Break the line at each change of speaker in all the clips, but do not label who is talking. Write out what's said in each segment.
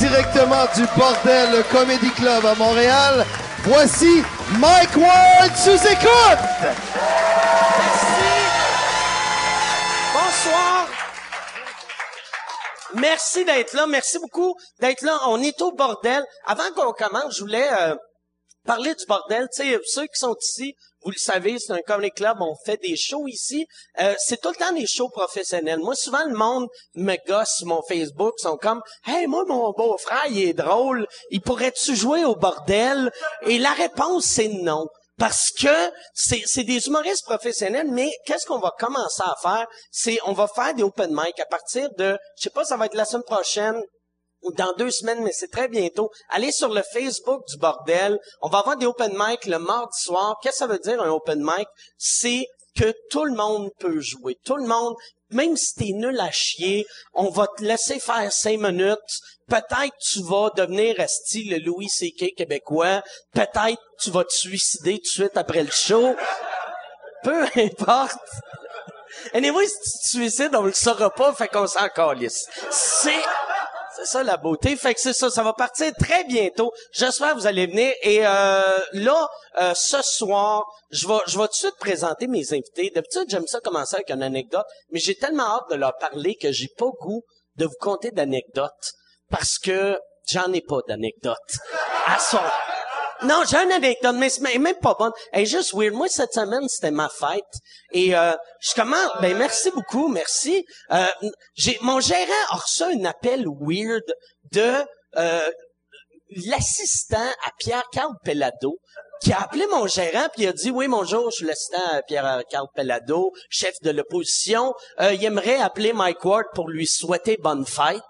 directement du Bordel Comedy Club à Montréal, voici Mike Ward sous écoute!
Merci. Bonsoir. Merci d'être là. Merci beaucoup d'être là. On est au bordel. Avant qu'on commence, je voulais euh, parler du bordel. Tu sais, ceux qui sont ici, vous le savez, c'est un comedy club. On fait des shows ici. Euh, c'est tout le temps des shows professionnels. Moi, souvent, le monde me gosse sur mon Facebook. Ils sont comme, hey, moi, mon beau-frère, il est drôle. Il pourrait-tu jouer au bordel? Et la réponse, c'est non. Parce que c'est c'est des humoristes professionnels, mais qu'est-ce qu'on va commencer à faire? C'est on va faire des open mic à partir de, je sais pas, ça va être la semaine prochaine ou dans deux semaines, mais c'est très bientôt. Allez sur le Facebook du bordel. On va avoir des open mic le mardi soir. Qu'est-ce que ça veut dire un open mic? C'est que tout le monde peut jouer. Tout le monde, même si t'es nul à chier, on va te laisser faire cinq minutes. Peut-être tu vas devenir esti le Louis C.K. québécois. Peut-être tu vas te suicider tout de suite après le show. Peu importe. Anyway, si tu te suicides, on le saura pas, fait qu'on s'en calisse. C'est... C'est ça la beauté. Fait que c'est ça, ça va partir très bientôt. J'espère que vous allez venir. Et euh, là, euh, ce soir, je vais, je vais tout de suite présenter mes invités. D'habitude, j'aime ça commencer avec une anecdote, mais j'ai tellement hâte de leur parler que j'ai pas goût de vous conter d'anecdotes parce que j'en ai pas d'anecdotes. À soir. Non, j'ai une anecdote, mais c'est même même pas bonne. Elle est juste weird. Moi, cette semaine, c'était ma fête. Et euh, je commence... Ben, merci beaucoup, merci. Euh, j'ai, mon gérant a reçu un appel weird de euh, l'assistant à Pierre-Carl Pellado qui a appelé mon gérant puis il a dit oui bonjour je suis l'assistant à Pierre-Carl Pellado chef de l'opposition Euh, il aimerait appeler Mike Ward pour lui souhaiter bonne fête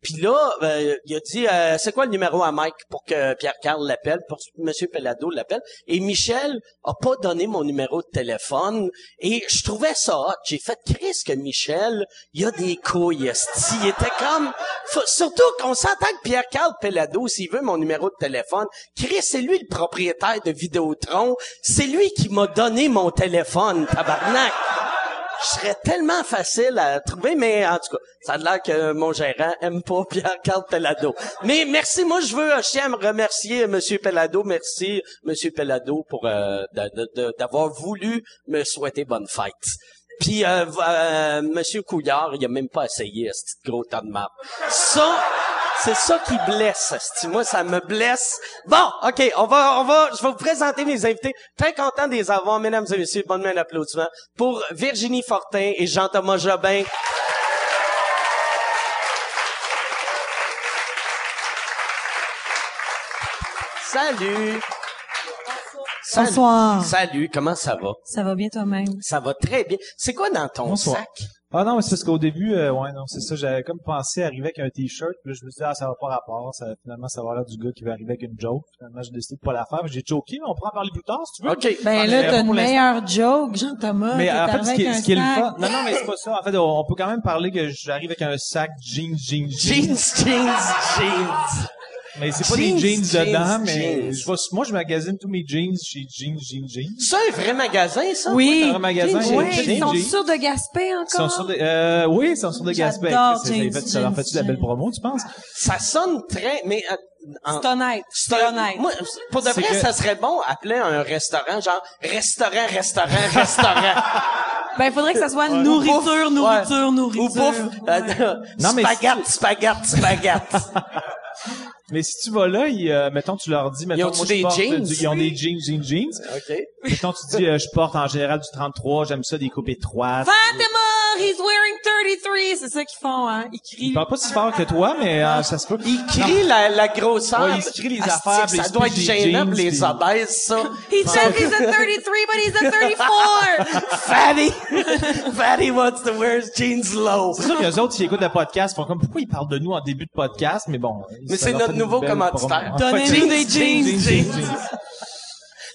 puis là euh, il a dit Euh, c'est quoi le numéro à Mike pour que Pierre-Carl l'appelle pour que monsieur Pellado l'appelle et Michel a pas donné mon numéro de téléphone et je trouvais ça hot j'ai fait Chris que Michel il a des couilles esti. il était comme Faut- surtout qu'on s'entend que Pierre-Carl Pellado s'il veut mon numéro de téléphone Chris c'est lui le propriétaire de Vidéotron c'est lui qui m'a donné mon téléphone tabarnak je serais tellement facile à trouver, mais en tout cas, ça a l'air que mon gérant aime pas Pierre-Carl Pellado. Mais merci, moi je veux, euh, je tiens à me remercier euh, Monsieur Pellado, merci Monsieur Pellado pour euh, d'a- d'a- d'a- d'avoir voulu me souhaiter bonne fête. Puis euh, v- euh, Monsieur Couillard, il a même pas essayé ce petit gros tas de marbre. Ça, c'est ça qui blesse. esti. Moi, ça me blesse. Bon, ok, on va, on va, je vais vous présenter mes invités. Très content de les avoir, mesdames et messieurs. Bonne main d'applaudissement pour Virginie Fortin et Jean-Thomas Jobin. Salut. Salut.
Bonsoir.
Salut, comment ça va?
Ça va bien toi-même?
Ça va très bien. C'est quoi dans ton
Bonsoir.
sac?
Ah non, mais c'est parce qu'au début, euh, ouais, non, c'est ça, j'avais comme pensé arriver avec un t-shirt, puis là, je me suis dit, ah, ça va pas rapport, ça, finalement, ça va l'air du gars qui va arriver avec une joke, finalement, j'ai décidé de pas la faire, puis j'ai choqué, mais on pourra en parler plus tard, si tu veux.
OK.
Ben là,
Ok, mais
t'as
Ah, pour
une meilleure joke, Jean-Thomas.
Mais
Ah, t'es
en fait, ce qui,
avec
est-
un
ce qui est le
sac.
fun, non, non, mais c'est pas ça, en fait, on, on peut quand même parler que j'arrive avec un sac jeans, jeans, jeans,
Jeans, jeans, jeans.
mais c'est pas
Jeans,
des jeans,
jeans,
dedans, mais
jeans.
je vais- moi, je magasine tous mes jeans chez jeans, jeans, jeans.
C'est un vrai magasin, ça?
Oui.
dans un magasin,
Oui,
j'ai-
ouais,
j'ai-
ils sont
j'ai-
sûrs de gasper encore.
Ils sont sur des, euh, oui, ils sont sur des Gaspé.
J'adore
Ça, ça,
jeans,
fait- ça leur fait-tu de la
jeans,
belle
jeans.
promo, tu penses?
Ça sonne très... Mais, euh, en-
C'est honnête. C'est honnête.
Moi, pour de
C'est
vrai,
que-
ça serait bon appeler un restaurant, genre restaurant, restaurant, restaurant.
Ben, faudrait que ça soit
Ou
nourriture,
bouffe,
nourriture,
ouais.
nourriture.
Ou bouffe. euh,
Ouais.
Non, mais
spaghetti, spaghetti, spaghetti.
Mais si tu vas là, ils, euh, mettons, tu leur dis, mettons,
ont-tu
moi, je
des
porte
jeans?
du- ils ont des jeans, jeans, jeans.
OK.
mettons, tu dis, euh, je porte en général du 33, j'aime ça, des coupes étroites.
Fatima, he's wearing 33. C'est ça qu'ils font, hein. Ils
Ils
crient.
parlent pas si fort que toi, mais euh, ça se peut.
Ils crient la, la grosseur.
Ouais, ils crient les
Asti,
affaires, puis
Ça
ils
doit être
se pigent les
gênant pour
jeans,
les
puis-
obèses, ça.
He says he's a 33, but he's a 34.
Fatty! Fatty wants to wear his jeans low.
C'est sûr que les autres, qui écoutent le podcast, font comme, pourquoi ils parlent de nous en début de podcast, mais bon.
Mais
ça
c'est
leur
notre
fait une
nouveau
belle
commanditaire.
promo.
Donnez-nous
Jeans,
des jeans,
jeans,
jeans,
jeans.
jeans.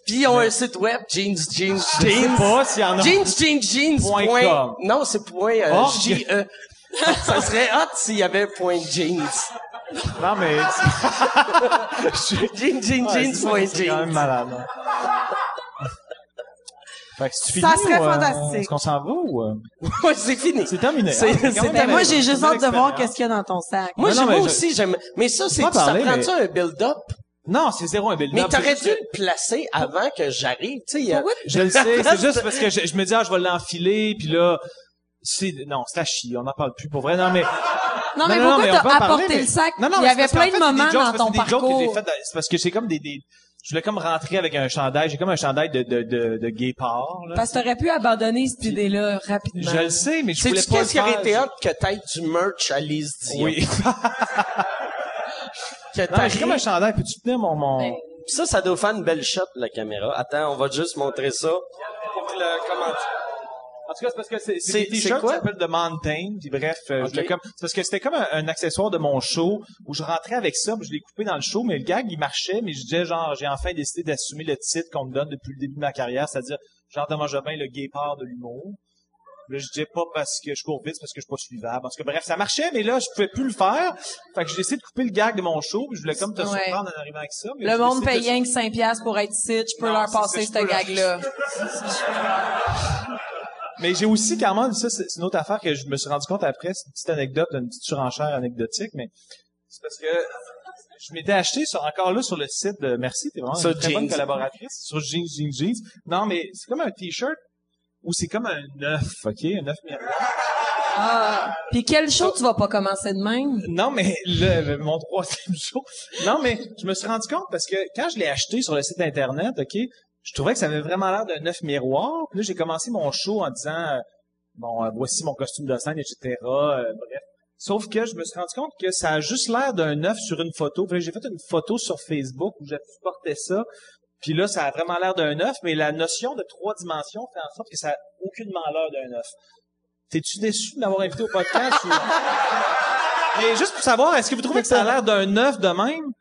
Puis ils ont un site web, jeans, jeans,
Je sais
jeans.
pas s'il y en a.
Jeans, jeans, jeans.
Point
point-
com.
Non, c'est point euh,
Org.
J-E. Ça serait hot s'il y avait point jeans.
Non, mais.
Jeans, jeans,
Ouais,
jeans,
c'est ça,
point
c'est quand même
jeans.
malade. hein. Fait que c'est fini.
Ça serait
ou, euh,
fantastique.
Est-ce qu'on s'en va ou euh,
Moi, c'est fini.
c'est terminé
C'est-
Ah,
c'est
quand même
terminé.
Mais moi, j'ai
une
juste
belle
hâte de voir
expérience.
qu'est-ce qu'il y a dans ton sac.
Moi,
Non,
j'ai-
non,
moi
mais je-
aussi, j'aime. Mais ça, c'est
Pas
ça
parler,
prend-tu un build-up?
Non, c'est zéro un build-up.
Mais t'aurais dû le placer avant que j'arrive, tu sais. il y a-
Pourquoi-
Je le sais, c'est juste parce que je, je me dis ah je vais l'enfiler puis là c'est non, c'est à chier, on n'en parle plus pour vrai. Non mais
Non, mais
non,
pourquoi
on peut en
t'as
parler,
apporté
mais-
le sac?
Non, non,
Il
mais
y
c'est
avait
parce
plein
qu'en
de
fait, c'est des
moments
jokes,
dans
c'est parce
ton
que c'est des jokes que j'ai
parcours.
faites dans- C'est parce que j'ai comme des, des- je voulais comme rentrer avec un chandail, j'ai comme un chandail de de de, de guépard là.
Parce que t'aurais pu abandonner cette idée-là rapidement.
Je le sais, mais je voulais
Sais-tu
pas le
qu'est-ce qui aurait
faire.
été hot que t'aies du merch à Lise Dion?
Oui.
Que
non, mais j'ai
t'arrives-
comme un chandail, peux-tu tenir mon mon
Ouais.
Ça, ça doit faire une belle shot, la caméra. Attends, on va juste montrer ça. Pour que le comment-
En tout cas, c'est parce que c'est
C'est-
c'est des
c'est
t-shirts
quoi?
qui s'appellent The Mountain, puis bref, euh, je
Ok.
l'ai comme c'est parce que c'était comme un, un accessoire de mon show où je rentrais avec ça, puis je l'ai coupé dans le show, mais le gag il marchait, mais je disais genre j'ai enfin décidé d'assumer le titre qu'on me donne depuis le début de ma carrière, c'est-à-dire Jean Thomas Jobin le guépard de l'humour. Là, je disais pas parce que je cours vite, c'est parce que je suis pas suivable. En tout cas, bref, ça marchait, mais là, je pouvais plus le faire. Fait que j'ai essayé de couper le gag de mon show, puis je voulais comme te
Ouais.
surprendre en arrivant avec ça. mais
Le
j'ai
monde
décidé de-
paye rien que 5 piastres pour être ici, tu peux
Non,
leur
c'est
passer
ça, je
ce
peux leur-
gag-là.
Mais j'ai aussi quand même, ça c'est c'est une autre affaire que je me suis rendu compte après, c'est une petite anecdote, une petite surenchère anecdotique, mais c'est parce que je m'étais acheté sur, encore là sur le site de Merci, t'es vraiment
Sur
une très bonne
Jeans.
collaboratrice, sur Jeans, Jeans, Jeans. Non, mais c'est comme un t-shirt où c'est comme un œuf, ok, un œuf miroir.
Ah. Puis quel show tu vas pas commencer de même?
Non, mais le, mon troisième show. Non, mais je me suis rendu compte parce que quand je l'ai acheté sur le site internet, ok, je trouvais que ça avait vraiment l'air d'un neuf miroir. Puis là, j'ai commencé mon show en disant, euh, bon, euh, voici mon costume de scène, etc. euh, bref. Sauf que je me suis rendu compte que ça a juste l'air d'un œuf sur une photo. Puis là, j'ai fait une photo sur Facebook où j'ai porté ça. Puis là, ça a vraiment l'air d'un œuf, mais la notion de trois dimensions fait en sorte que ça a aucunement l'air d'un œuf. T'es-tu déçu de m'avoir invité au podcast ou... Mais juste pour savoir, est-ce que vous trouvez que ça a l'air d'un œuf de même?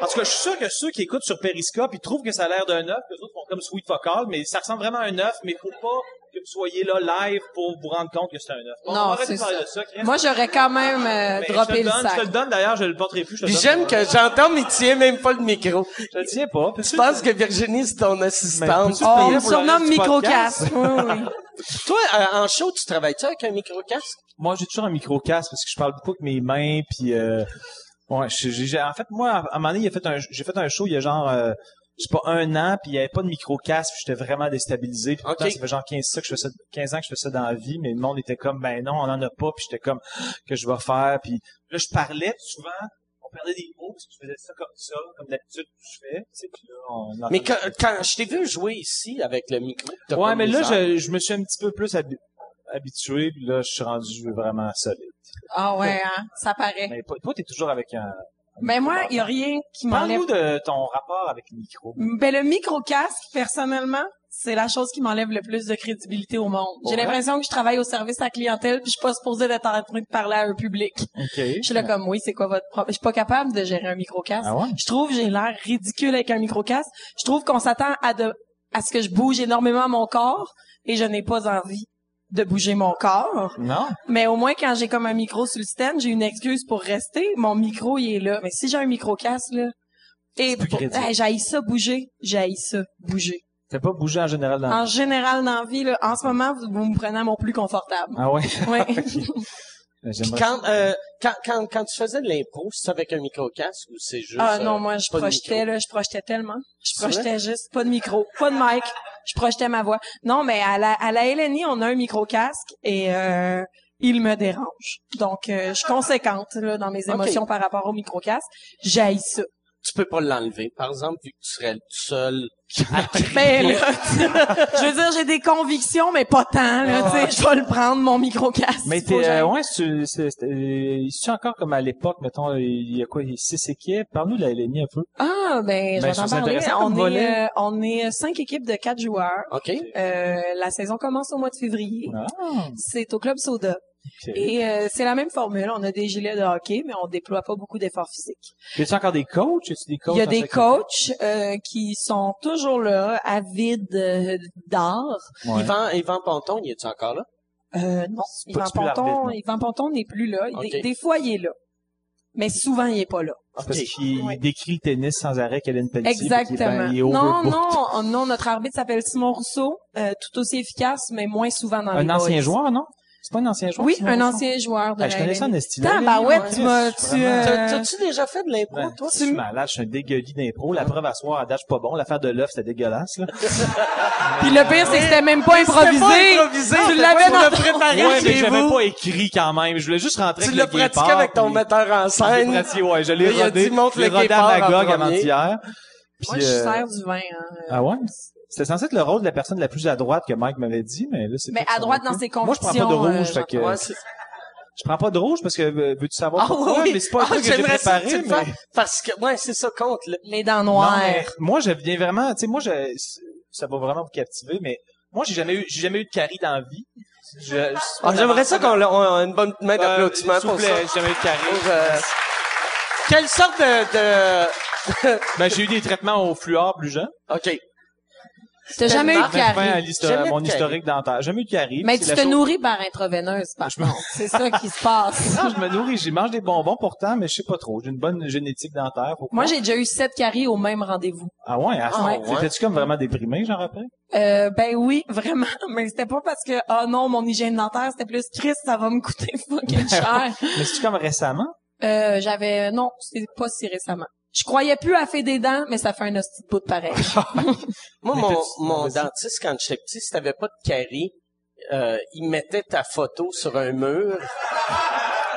En tout cas, je suis sûr que ceux qui écoutent sur Periscope, ils trouvent que ça a l'air d'un œuf, que les autres font comme sweet focal, mais ça ressemble vraiment à un œuf, mais faut pas que vous soyez là live pour vous rendre compte que c'est un œuf. Bon, on
non,
va arrêter
c'est
de parler
ça.
de ça, Chris.
Moi, j'aurais quand même euh,
Mais je te
droppé
le
le
donne, je te
sac.
le donne d'ailleurs, je le porterai plus, je te le
Puis j'aime
donne.
que j'entends, mais tient même pas le micro.
Je le tiens pas. parce
Je
que-
pense que Virginie, c'est ton assistante.
peux-tu
Oh, on me
payer pour le
surnomme
reste du podcast?
microcast. Oui, oui.
Toi, euh, en show, tu travailles-tu avec un micro-casque?
Moi, j'ai toujours un micro-casque parce que je parle beaucoup avec mes mains, puis euh, ouais, je- j'ai- j'ai- en fait, moi, à un moment donné, il a fait un- j'ai fait un show il y a genre, euh, je sais pas, un an, puis il n'y avait pas de micro-casque, puis j'étais vraiment déstabilisé. Puis pourtant,
Ok.
ça fait genre 15, ça que je fais ça, 15 ans que je fais ça dans la vie, mais le monde était comme, ben non, on en a pas, puis j'étais comme, que je vais faire, puis là, je parlais puis souvent, on perdait des mots, parce que je faisais ça comme ça, comme d'habitude, je fais, tu sais, puis là, on
Mais quand, quand je t'ai vu jouer ici avec le micro, t'as
Ouais,
comme
mais là,
des airs.
je, je me suis un petit peu plus habi- habitué, puis là, je suis rendu vraiment solide.
Ah ouais, hein, ça paraît.
Mais po- toi, t'es toujours avec un.
Mais moi, il y a rien qui m'enlève.
Parle-nous de ton rapport avec le micro.
Ben, le micro-casque, personnellement, c'est la chose qui m'enlève le plus de crédibilité au monde. J'ai
Ouais.
l'impression que je travaille au service à la clientèle puis je suis pas supposée d'être en train de parler à un public.
OK.
Je suis là comme, oui, c'est quoi votre problème? Je suis pas capable de gérer un micro-casque.
Ah ouais?
Je trouve que j'ai l'air ridicule avec un micro-casque. Je trouve qu'on s'attend à de, à ce que je bouge énormément mon corps et je n'ai pas envie de bouger mon corps.
Non?
Mais au moins, quand j'ai comme un micro sur le stand, j'ai une excuse pour rester. Mon micro, il est là. Mais si j'ai un micro-casque, là, et
plus
pour-
crédible.
Hey, j'haïs ça bouger, j'haïs ça bouger.
T'as pas bougé en général dans
En général, dans la vie, là, en ce moment, vous, vous me prenez à mon plus confortable.
Ah ouais? Ben,
Ouais.
Puis
J'aimerais.
quand, euh, quand, quand, quand tu faisais de l'impro, c'est avec un micro-casque ou c'est juste...
Ah
euh,
non, moi, je
pas de
projetais,
micro?
là, je projetais tellement. Je
C'est vrai?
projetais juste, pas de micro, pas de mic. Je projetais ma voix. Non, mais à la, à la LNI, on a un micro-casque et euh, il me dérange. Donc, euh, je suis conséquente là, dans mes
Ok.
émotions par rapport au micro-casque. J'haïs ça.
Tu peux pas l'enlever, par exemple, vu que tu serais le seul.
Mais Ben, là, je veux dire, j'ai des convictions, mais pas tant. Là, tu sais, je vais le prendre, mon micro-casque.
Ah. Mais
Faut que
t'es,
j'aille.
euh, ouais, c'est, c'est, c'est- euh, c'est encore comme à l'époque, mettons, il y a quoi, il y a six équipes. Parle-nous de la LNI un peu.
Ah, ben, je vais
Ben, je
t'en
trouve ça
parler.
intéressant comme
On
volet.
est, euh, on est cinq équipes de quatre joueurs.
OK?
Euh, la saison commence au mois de février.
Ah,
C'est au Club Soda.
ok.
Et euh, c'est la même formule. On a des gilets de hockey, mais on déploie pas beaucoup d'efforts physiques.
Y a-tu encore des coachs? Y a-tu des coachs?
Il y a
dans
des
chaque
coachs euh, qui sont toujours là, avides euh, d'art.
équipe? Ouais. Ah,
Yvan, Yvan Ponton, il est encore là?
Euh, non,
pas-
Yvan
c'est plus l'arbitre,
Ponton,
non?
Yvan Ponton n'est plus là. Des-
Ok.
Des, fois, il est là. mais souvent, il est pas là.
Parce
Ok.
qu'il
Ouais.
décrit le tennis sans arrêt qu'Hélène Pelletier. puis qu'il est- ben,
Exactement.
il est
non,
overbooked.
non, oh, non, notre arbitre s'appelle Simon Rousseau, euh, tout aussi efficace, mais moins souvent dans les
Un ancien
boys.
joueur, non? C'est pas un ancien joueur?
Oui,
Simon
un
Bouchon?
ancien joueur de
Ah, je
la
connais ça en
LNH.
estime.
Tabarouette, tu m'as- tu, euh,
T'as- T'as-tu déjà fait de l'impro,
Ben,
toi?
je suis malade, je suis un dégueulis d'impro. La preuve à soir, à date, je suis pas bon. L'affaire de l'œuf, c'était dégueulasse, là.
Puis le pire, c'est que c'était même pas improvisé. tu l'avais dans ton-
préparé
ouais, mais j'avais pas écrit quand même. Je voulais juste rentrer
Tu
avec le
l'as pratiqué
guépard,
avec ton
puis-
metteur en
Je l'ai
scène.
pratiqué, ouais. Je l'ai
Là, il a
rodé.
dit, montre
Je l'ai
le
rodé
guépard en
à Magog
premier.
avant-hier. Puis,
Moi, je
euh,
sers du vin. hein.
Ah ouais? C'était censé être le rôle de la personne la plus à droite que Mike m'avait dit, mais là, c'est
Mais
tout
à
son
droite,
coup.
dans ses
Moi, je prends pas de
convictions,
rouge,
euh,
fait que...
Ouais, c'est-
Je prends pas de rouge parce que euh, veux-tu savoir
Ah
pourquoi?
oui.
Mais c'est pas un
Ah,
truc que j'ai
j'aimerais ça que tu
préparé,
le
mais...
fasses. Parce que, ouais, c'est ça, compte, là.
Les dents
Non,
noires.
mais moi, je viens vraiment, tu sais, moi, je, ça va vraiment vous captiver, mais moi, j'ai jamais eu, j'ai jamais eu de carie dans la vie. Je- je-
Ah, J'aimerais ça qu'on a une bonne main
Euh,
d'applaudissements
s'il vous
pour ça.
plaît, J'ai jamais eu de
Pour, euh,
carie.
Quelle sorte de... de...
Ben, j'ai eu des traitements au fluor plus jeune.
OK.
T'as jamais eu de
Marc
Fin à,
carie.
l'histoire-
Jamais
à mon
de carie.
historique dentaire. J'ai Jamais eu de carie.
Mais
puis
tu
c'est
te
la chose-
nourris par intraveineuse, par contre. C'est ça qui se passe.
Non, je me nourris, j'y mange des bonbons pourtant, mais je sais pas trop. J'ai une bonne génétique dentaire. Pourquoi?
Moi, j'ai déjà eu sept caries au même rendez-vous.
Ah ouais, à ce
Ah
moment-
ouais.
T'étais-tu comme vraiment déprimé, genre après?
Euh, ben oui, vraiment. Mais c'était pas parce que, ah non, mon hygiène dentaire, c'était plus Chris, ça va me coûter
Ben
fucking cher.
Mais c'est-tu comme récemment?
Euh, j'avais, non, c'est pas si récemment. Je croyais plus à fait des dents, mais ça fait un hostie de bout de pareil.
Moi,
Mais
mon,
t'as-tu-
mon
vas-y.
dentiste, quand j'étais petit, si t'avais pas de carie, euh, il mettait ta photo sur un mur.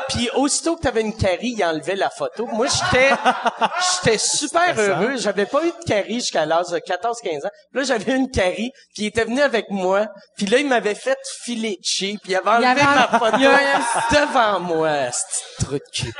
Puis aussitôt que t'avais une carie, il enlevait la photo. Moi, j'étais, j'étais super
Stressant.
heureux. J'avais pas eu de carie jusqu'à l'âge de 14-15 ans. Là, j'avais une carie, puis il était venu avec moi. Puis là, il m'avait fait filer chi, puis il avait enlevé
avait-
ma photo
il y a un-
devant moi. C'est truc de cul.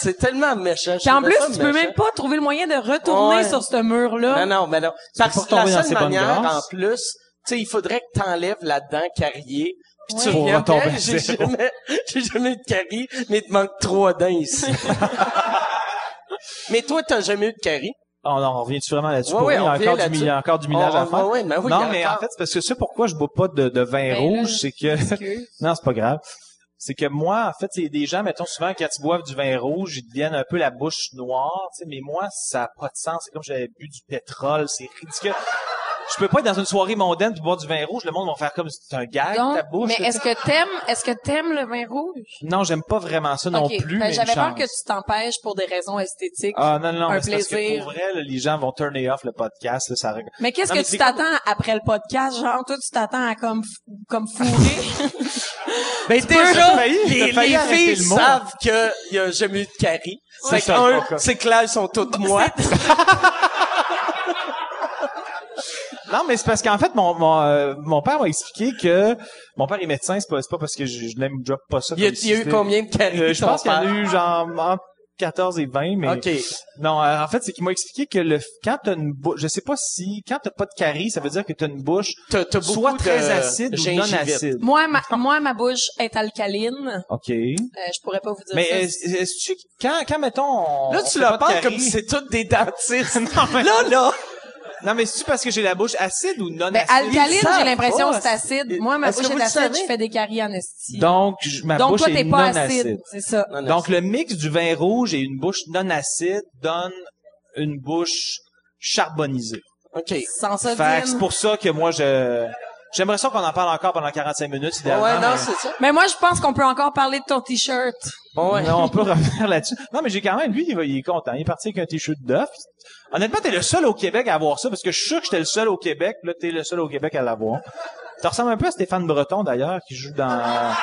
C'est tellement méchant.
Puis en plus,
Je trouvais ça
tu peux
méchant.
même pas trouver le moyen de retourner
Ouais.
sur ce mur-là.
Non, non, mais non. Parce
pour
que la
tomber dans
seule
ses bonnes
manière, en
grâces.
plus, tu sais, il faudrait que t'enlèves la dent carrier. Puis tu
Ouais. Pour
reviens,
retomber
Hey,
à
j'ai
zéro.
jamais, j'ai jamais eu de carie, mais il te manque trois dents ici. mais toi, t'as jamais eu de carie.
Oh non, on revient-tu vraiment là-dessus?
Ouais,
Pour
ouais,
vrai,
on
il y
revient
a encore du,
là-dessus.
mi- il y a encore du millage
On-
à faire.
on- Ah, ouais,
Ah
mais oui, il y
non,
a
mais en
encore-
fait, c'est parce que ça, pourquoi je bois pas de, de vin
Ben là,
rouge, c'est que... non, c'est pas grave. C'est que moi, en fait, il y a des gens, mettons, souvent, quand ils boivent du vin rouge, ils deviennent un peu la bouche noire, tu sais, mais moi, ça n'a pas de sens. C'est comme si j'avais bu du pétrole, c'est ridicule. Je peux pas être dans une soirée mondaine puis boire du vin rouge, le monde va faire comme si c'était un gag,
Donc,
ta bouche.
mais
là,
est-ce que t'aimes, est-ce que t'aimes le vin rouge?
Non, j'aime pas vraiment ça non
Ok.
plus.
Ben,
mais
J'avais
une
peur que
chance.
tu t'empêches pour des raisons esthétiques.
Ah non, non, non,
un
mais c'est parce que
plaisir.
pour vrai, là, les gens vont turner off le podcast. Là, ça...
mais qu'est-ce
non,
que
mais
tu
c'est
t'attends après le podcast? Genre, toi, tu t'attends à comme, f- comme fourrer.
Ben,
t'as
déjà,
failli-
les,
t'as failli
les
arrêter
filles
le mot.
savent qu'il y a jamais eu de carie.
C'est
C'est
ça,
un,
encore.
c'est clair, elles sont toutes moites.
Non, mais c'est parce qu'en fait, mon, mon, euh, mon père m'a expliqué que... Mon père est médecin, c'est pas, c'est pas parce que je, je n'aime drop pas ça.
Il y a,
comme si
il y a eu
c'était-
combien de caries?
Euh, je
ton
pense qu'il y en a
père?
eu genre entre 14 et 20, mais...
OK.
Non, euh, en fait, c'est qu'il m'a expliqué que le f- quand t'as une bouche... Je sais pas si... Quand t'as pas de carie, ça veut dire que t'as une bouche
T'as, t'as beaucoup
soit très
de
acide ou non
gingivite.
acide.
moi, ma, moi, ma bouche est alcaline.
OK.
Euh, je pourrais pas vous dire
Mais euh,
ça.
est-ce est-ce que tu... Quand, quand mettons... on-
Là,
on
tu
fait
leur
pas de
parles comme
carie-
si c'est toutes des dentistes.
Non, mais-
Là, là!
Non, mais c'est-tu parce que j'ai la bouche acide ou non
Ben,
acide?
alcaline,
savent
j'ai l'impression
pas.
que c'est acide.
Euh,
Et-
Moi, ma
est-ce que
bouche
vous
est
le
acide,
savez?
je fais des caries en esti.
Donc, je- ma
Donc,
bouche
toi,
est
t'es
non
pas
acide.
acide. C'est ça.
Non, non,
Donc, le mix du vin rouge et une bouche non acide donne une bouche charbonisée.
OK.
Sans ça,
Fait que
Dine.
c'est pour ça que moi, je... J'aimerais ça qu'on en parle encore pendant 45 minutes, idéalement.
ouais, non,
mais-
c'est ça.
Mais moi, je pense qu'on peut encore parler de ton t-shirt.
Ouais.
Non, on peut revenir là-dessus. Non, mais j'ai quand même, lui, il, va- il est content. Il est parti avec un t-shirt d'œuf. Honnêtement, t'es le seul au Québec à avoir ça, parce que je suis sûr que j'étais le seul au Québec, puis là, t'es le seul au Québec à l'avoir. Ça ressemble un peu à Stéphane Breton, d'ailleurs, qui joue dans...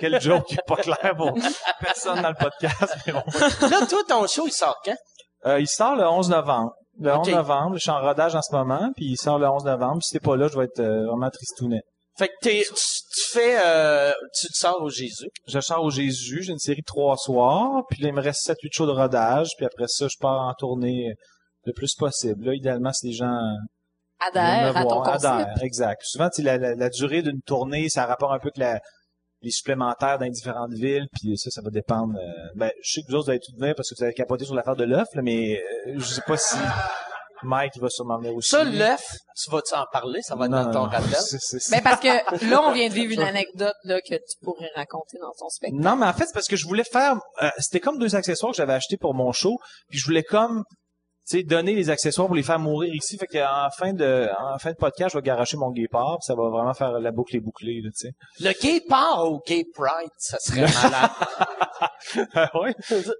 Quel joke qui est pas clair pour personne dans le podcast, mais bon.
Là, toi, ton show, il sort quand?
Euh, il sort le 11 novembre. Le
Ok.
11 novembre, je suis en rodage en ce moment, puis il sort le 11 novembre. Si t'es pas là, je vais être euh, vraiment tristounet.
Fait que t'es, tu, tu fais, euh, tu te sors au Jésus.
Je sors au Jésus, j'ai une série de trois soirs, puis là, il me reste 7 8 shows de rodage, puis après ça, je pars en tournée euh, le plus possible. Là, idéalement, si les gens viennent
Adhère
me
à ton
voir,
concept.
adhèrent, exact. Puis Souvent, tu sais, la, la, la durée d'une tournée, ça a rapport un peu que la les supplémentaires dans les différentes villes, puis ça, ça va dépendre. euh, ben, je sais que vous autres, vous allez tout venir parce que vous avez capoté sur l'affaire de l'œuf, là, mais euh, je sais pas si... Mike, il va sûrement venir aussi.
Ça, l'œuf, tu vas-tu en parler? Ça va être
Non,
dans
non,
ton
non.
rappel.
C'est- c'est- c'est-
Ben,
Mais parce que là, on vient de vivre une anecdote là, que tu pourrais raconter dans ton spectacle.
Non, mais en fait, c'est parce que je voulais faire... euh, C'était comme deux accessoires que j'avais achetés pour mon show, puis je voulais comme tu sais, donner les accessoires pour les faire mourir ici. Fait qu'en fin de en fin de podcast, je vais garacher mon guépard, puis ça va vraiment faire la boucle est bouclée, là, tu
Le gay part au gay pride, ça serait malade.
sais. Ah ouais?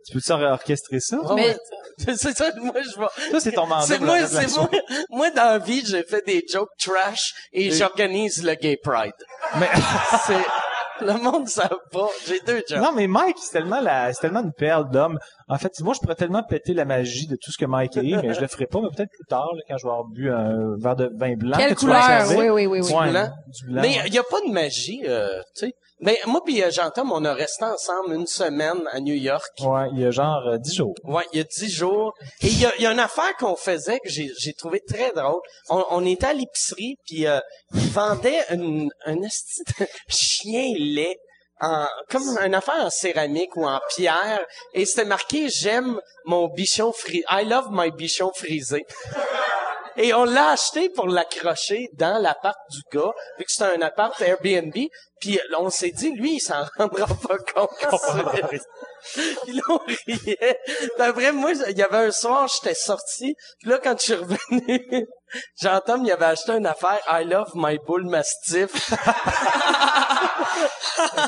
Tu peux-tu orchestrer ça?
Mais
c'est ça, moi, je vois.
Ça, c'est ton mandat.
C'est
pour
moi,
la
c'est
relation.
moi. Moi, dans la vie, j'ai fait des jokes trash et, j'organise le gay pride.
Mais...
C'est, le monde ne savent pas. J'ai deux jobs.
Non, mais Mike, c'est tellement la, c'est tellement une perle d'homme. En fait, moi, je pourrais tellement péter la magie de tout ce que Mike est, mais je le ferai pas, mais peut-être plus tard, là, quand je vais avoir bu un verre de vin blanc.
quelle
Ah, que tu vas
couleur?
servir.
Oui, oui, oui, euh, oui.
Ouais,
blanc.
du blanc,
mais
ouais.
il n'y a pas de magie, euh, tu sais. Mais moi puis euh, Jean-Tom, on a resté ensemble une semaine à New York.
Ouais, il y a genre euh, 10 jours.
Ouais, il y a dix jours. Et il y a, il y a une affaire qu'on faisait que j'ai, j'ai trouvé très drôle. On, on était à l'épicerie, puis euh, ils vendaient une- un esti de chien lait. En, comme une affaire en céramique ou en pierre. Et c'était marqué « J'aime mon bichon frisé ».« I love my bichon frisé ». Et on l'a acheté pour l'accrocher dans l'appart du gars, vu que c'était un appart Airbnb. Puis on s'est dit, lui, il s'en rendra pas compte. Puis là, on riait. D'après moi, il y avait un soir, j'étais sorti. Puis là, quand je suis revenu, j'entends, il avait acheté une affaire « I love my bull mastiff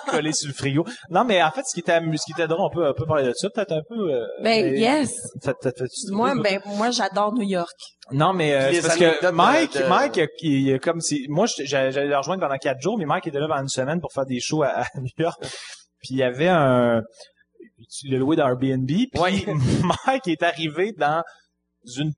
Collé sur le frigo. Non, mais en fait, ce qui était, amu- ce qui était drôle, on peut, on peut parler de ça, peut-être un peu. euh,
Ben,
mais-
yes.
Ça te- ça te fait-tu
Moi,
trouver-
ben, moi, j'adore New York.
Non, mais euh,
Les
c'est parce
anecdotes
que
de-
Mike,
de-
Mike, il, il- comme si moi, j'étais- j'allais j'allais le rejoindre pendant quatre jours, mais Mike était là pendant une semaine pour faire des shows à, à New York. Puis il y avait un, tu l'as loué dans Airbnb. Puis
Ouais.
Mike est arrivé dans une,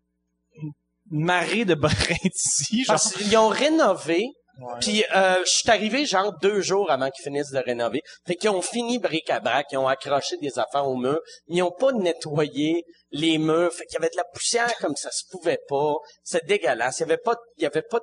une marée de brindilles. ». Genre,
Parce qu'ils ont rénové.
Ouais.
Puis euh, je suis arrivé genre deux jours avant qu'ils finissent de rénover. Fait qu'ils ont fini bric-à-brac, ils ont accroché des affaires au mur. Ils ont pas nettoyé les murs. Fait qu'il y avait de la poussière comme ça se pouvait pas. C'est dégueulasse. Il y avait pas, il y avait pas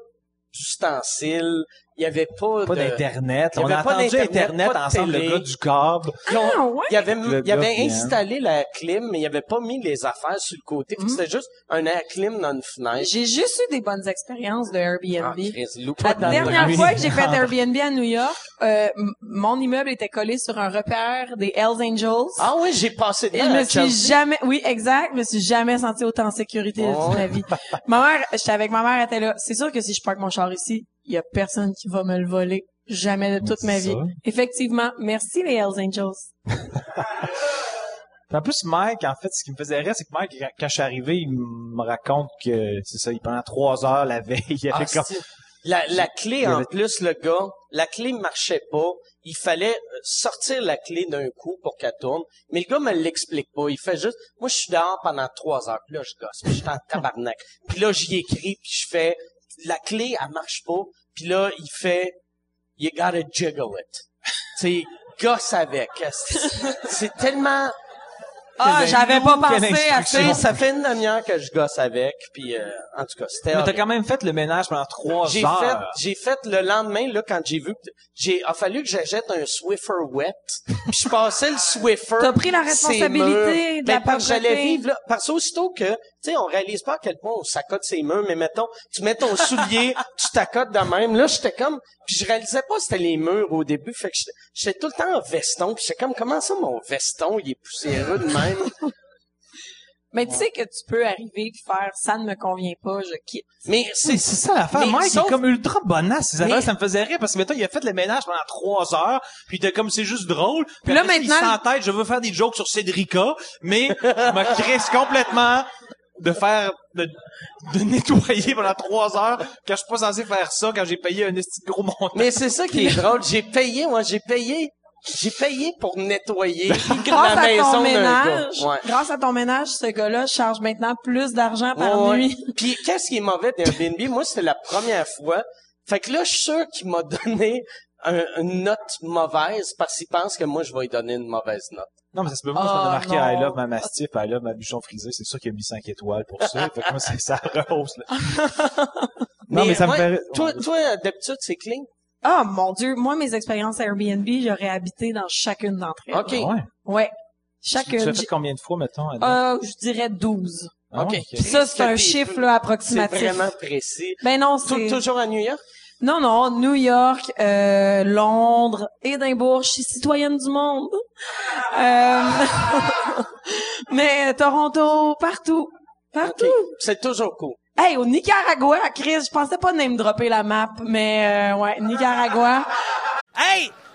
d'ustensiles. Il y avait pas,
pas
de...
d'internet.
euh, Il y
On
avait
a
pas
entendu
d'Internet,
Internet
pas de
ensemble,
télé.
le gars du câble.
Ah, ouais?
Il avait,
Le
il avait
gars, bien.
installé la clim, mais il avait pas mis les affaires sur le côté.
Mm-hmm.
Fait que C'était juste un air clim dans une fenêtre.
J'ai juste eu des bonnes expériences de
Ah,
Airbnb.
Chris, loupe
La
pas dans le
dernière
rue.
fois que j'ai fait Airbnb à New York, euh, m- mon immeuble était collé sur un repère des Hells Angels.
Ah oui, j'ai passé de
Et je me suis jamais, oui, exact, je me suis jamais sentie autant en sécurité de
Oh.
toute ma vie. ma mère, j'étais avec ma mère, elle était là. C'est sûr que si je parque mon char ici, il y a personne qui va me le voler.
Oh,
Jamais de toute ma
C'est
vie.
ça.
Effectivement. Merci, les Hells Angels.
Puis En plus, Mike, en fait, ce qui me faisait rire, c'est que Mike, quand- quand je suis arrivé, il me raconte que, c'est ça, il pendant trois heures la veille, il avait
Ah,
comme...
c'est- la, la clé,
Il
en
avait-
plus, le gars, la clé marchait pas. Il fallait euh, sortir la clé d'un coup pour qu'elle tourne. Mais le gars me l'explique pas. Il fait juste, moi, je suis dehors pendant trois heures. Puis là, je gosse. Puis je suis en tabarnak. Puis là, j'y écris. Puis je fais, la clé, elle marche pas. Puis là, il fait, you gotta jiggle it. Tu sais, gosse avec. C'est- C'est tellement...
Ah,
Ben,
j'avais pas
quelle
pensé à
Tu
ça.
sais, ça fait une demi-heure que je gosse avec. Puis, euh, en tout cas, c'était...
Mais
horrible.
t'as quand même fait le ménage pendant trois
J'ai
heures.
fait, j'ai fait le lendemain là quand j'ai vu, j'ai a fallu que j'achète un Swiffer wet. Puis je passais le Swiffer.
T'as pris la
ses
responsabilité
murs.
de la
Ben, parce que j'allais
pauvreté.
vivre là, parce que aussitôt que, tu sais, on réalise pas à quel point on s'accote ses murs, mais mettons, tu mets ton soulier, tu t'accotes de même. Là, j'étais comme, puis je réalisais pas c'était les murs au début, fait que j'étais- j'étais tout le temps en veston, puis j'étais comme, comment ça mon veston, il est poussiéreux de même.
Mais tu sais que tu peux arriver et faire, ça ne me convient pas, je quitte.
mais c'est,
C'est c'est ça l'affaire.
Mais
Mike
sauf-
est comme ultra bonasse. Ces
Mais-
affaires, ça me faisait rire parce que maintenant, il a fait le ménage pendant trois heures. Puis il était comme c'est juste drôle. Puis
Là,
après, il
maintenant-
s'entête, je veux faire des jokes sur Cédrica, mais il me crisse complètement de faire de, de nettoyer pendant trois heures quand je suis pas censé faire ça quand j'ai payé un esti de gros montant.
mais c'est ça qui est drôle. J'ai payé, moi, j'ai payé. J'ai payé pour nettoyer
Grâce
la
à
maison
ton
d'un
ménage,
gars. Ouais.
grâce à ton ménage, ce gars-là charge maintenant plus d'argent par
Ouais, ouais.
nuit.
Puis qu'est-ce qui est mauvais d'Airbnb? Moi, c'était la première fois. Fait que là, je suis sûr qu'il m'a donné un- une note mauvaise parce qu'il pense que moi, je vais lui donner une mauvaise note.
Non, mais ça se peut pas, parce qu'on a
Ah,
marqué
non.
I love ma mastiff, I love ma bûchon frisé. C'est sûr qu'il a mis cinq étoiles pour ça. fait que moi, ça, ça rehausse, là. non, mais, ça
ouais,
me fait...
Toi, toi d'habitude, c'est clean?
Ah, mon Dieu. Moi, mes expériences à Airbnb, j'aurais habité dans chacune d'entre elles.
OK.
Ah ouais.
Ouais.
Tu l'as
Chacune.
fait combien de fois, mettons? Anna?
Euh, je dirais 12.
Ah
OK.
ouais,
Ah, Puis ça, c'est un
C'était-
chiffre là,
C'est
approximatif.
vraiment précis.
Ben non,
Tou-
c'est...
Toujours à New York?
Non, non, New York, euh, Londres, Édimbourg, je suis citoyenne du monde. Euh, Mais euh, Toronto, partout. Partout.
OK. C'est toujours cool.
Hey, au Nicaragua, Chris, je pensais pas name dropper la map, mais euh, ouais, Nicaragua.
Hey,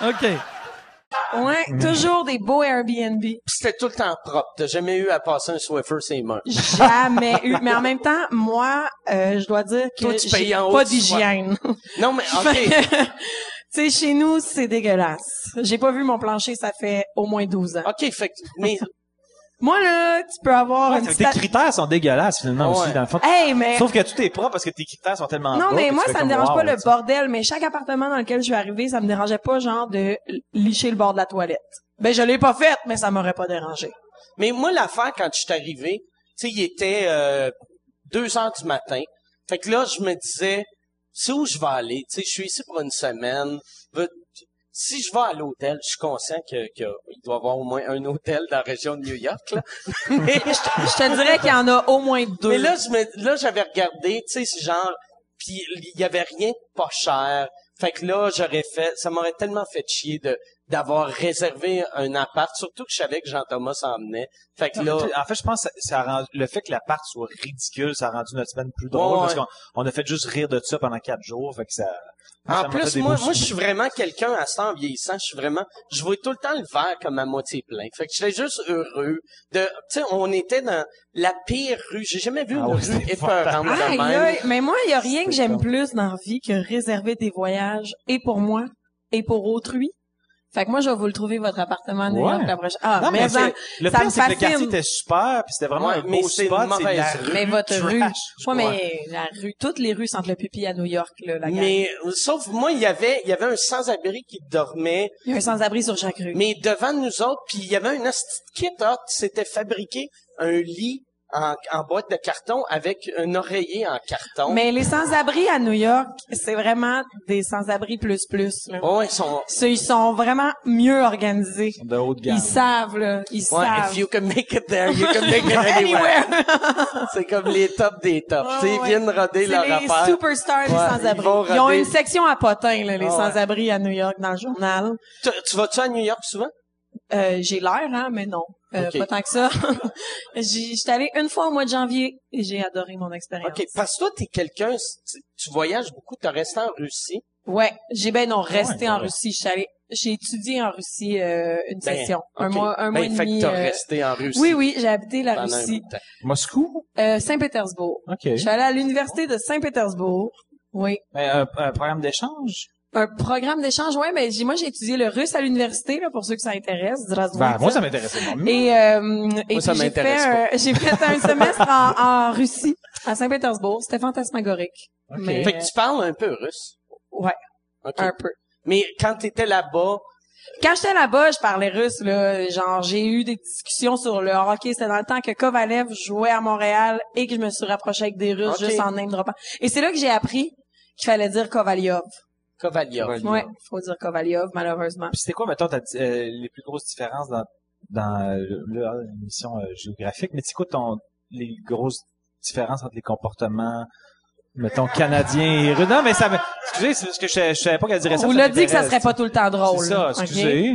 ha! OK.
Ouais, toujours des beaux Airbnb.
Puis c'était tout le temps propre. T'as jamais eu à passer un Swiffer ses mains.
Jamais eu. Mais en même temps, moi, euh, je dois dire que
Toi, tu payes
j'ai
en haut,
pas
tu vois.
d'hygiène.
Non, mais OK.
Fait que, tu sais, chez nous, c'est dégueulasse. J'ai pas vu mon plancher, ça fait au moins 12 ans.
OK, fait que, mais,
Moi, là, tu peux avoir une
Tes
sta-
critères sont dégueulasses, finalement,
Ouais.
aussi, dans le fond.
Hey, mais...
Sauf que tout est propre parce que tes critères sont tellement
Non,
bas que
mais
tu
moi,
fais
ça me
comme,
dérange
wow,
pas le
tu-
bordel, mais chaque appartement dans lequel je suis arrivée, ça me dérangeait pas, genre, de licher le bord de la toilette. Ben, je l'ai pas faite, mais ça m'aurait pas dérangé.
mais moi, l'affaire, quand je suis arrivé, tu sais, il était, euh, deux heures du matin. Fait que là, je me disais, c'est où je vais aller? Tu sais, je suis ici pour une semaine. Veux- Si je vais à l'hôtel, je suis conscient que, que il doit y avoir au moins un hôtel dans la région de New York, là. Mais-
Je te, je te dirais qu'il y en a au moins deux.
Mais là, je me- là, j'avais regardé, tu sais, c'est genre, puis il y avait rien de pas cher. Fait que là, j'aurais fait, ça m'aurait tellement fait chier de d'avoir réservé un appart, surtout que je savais que Jean-Thomas s'en venait. Fait que là,
En fait, je pense que ça- ça a rendu- le fait que l'appart soit ridicule, ça a rendu notre semaine plus drôle
Ouais,
parce
ouais.
qu'on on a fait juste rire de ça pendant quatre jours. Fait que ça, ça
en
m'a fait
plus,
des
moi,
beaux
moi, je suis vraiment quelqu'un à ça en vieillissant. Je suis vraiment, je vois tout le temps le verre comme à moitié plein. Fait que j'étais juste heureux de, tu sais, on était dans la pire rue. J'ai jamais vu
Ah
une
ouais,
rue
c'était
épeurante de
Aïe,
même.
aïe, mais moi, il y a rien que
C'est
j'aime
bon.
plus dans la vie que réserver des voyages, et pour moi, et pour autrui. Fait que moi, je vais vous le trouver, votre appartement à New York,
Ouais.
la prochaine- Ah,
Non, mais
mais,
c'est-
ça-
le
ça
pire,
me
c'est que le
fascine.
quartier était super, puis c'était vraiment
Ouais,
un
mais
beau
c'est
spot.
une
C'est la
mauvaise
rue
mais votre
trash,
rue.
je
Ouais,
crois.
mais la rue, toutes les rues sentent le pipi à New York, là, la gang.
Mais, sauf moi, il y avait, il y avait un sans-abri qui dormait.
Il y a un sans-abri sur chaque rue.
Mais devant nous autres, puis il y avait un hostie de kit hot qui s'était fabriqué un lit en, en boîte de carton avec un oreiller en carton.
Mais les sans-abri à New York, c'est vraiment des sans-abri plus plus. Là.
Oh, ils sont...
Ceux, Ils sont vraiment mieux organisés.
De haut de gamme.
Ils savent, là. Ils
Ouais,
savent.
if you can make it there, you can make it anywhere. C'est comme les tops des tops.
Ouais,
tu sais, ils
ouais.
viennent roder
C'est
leur
les
affaire.
superstars des
Ouais,
sans-abri.
ils vont
Ils, ont
roder.
une section à potins, là, les
Ah ouais.
sans-abri à New York, dans le journal.
Tu, tu vas-tu à New York souvent?
Euh, j'ai l'air, hein, mais non. Euh,
Ok.
Pas tant que ça. J'y- J'étais allée une fois au mois de janvier et j'ai adoré mon expérience.
OK, parce que toi, t'es quelqu'un, tu, tu voyages beaucoup, t'as resté en Russie.
Ouais, j'ai ben
Ah
non resté
Ouais,
en
ouais.
Russie. J'étais allée- J'ai étudié en Russie euh, une
Ben,
session, un
OK.
mois, un
Ben,
mois et
fait
demi.
que t'as
euh,
resté en Russie.
Oui, oui, j'ai habité la
pendant un
Russie.
bout de temps.
Moscou?
Euh, Saint-Pétersbourg.
OK.
Je suis allée à l'université de Saint-Pétersbourg. Oui.
Mais Ben, un, un programme d'échange?
Un programme d'échange, ouais, mais j'ai- moi, j'ai étudié le russe à l'université, là, pour ceux que ça intéresse.
Ben,
Zdravstvuyte.
moi, ça m'intéresse énormément.
Et, euh, et
Moi, ça
puis j'ai fait,
m'intéresse
un- j'ai fait un semestre en, en Russie, à Saint-Pétersbourg. C'était fantasmagorique.
OK.
mais-
Fait que tu parles un peu russe.
Ouais,
OK.
un peu.
Mais quand t'étais là-bas,
Quand j'étais là-bas, je parlais russe, là. Genre, j'ai eu des discussions sur le hockey. C'était dans le temps que Kovalev jouait à Montréal et que je me suis rapprochée avec des Russes
Ok.
juste en name droppant. Et c'est là que j'ai appris qu'il fallait dire Kovalyov.
Kovalyov.
Ouais, faut dire Kovalyov, malheureusement.
Puis c'était quoi, mettons, t'as dit, euh, les plus grosses différences dans, dans euh, le- l'émission euh, géographique? Mais c'est quoi ton, les grosses différences entre les comportements, mettons, canadiens et russes? Non, mais ça me, excusez, c'est parce que je, je savais pas qu'elle dirait ça.
On
ça
l'a dit que ça
m'intéresse.
serait pas tout le temps drôle.
C'est ça,
là. Ok?
excusez.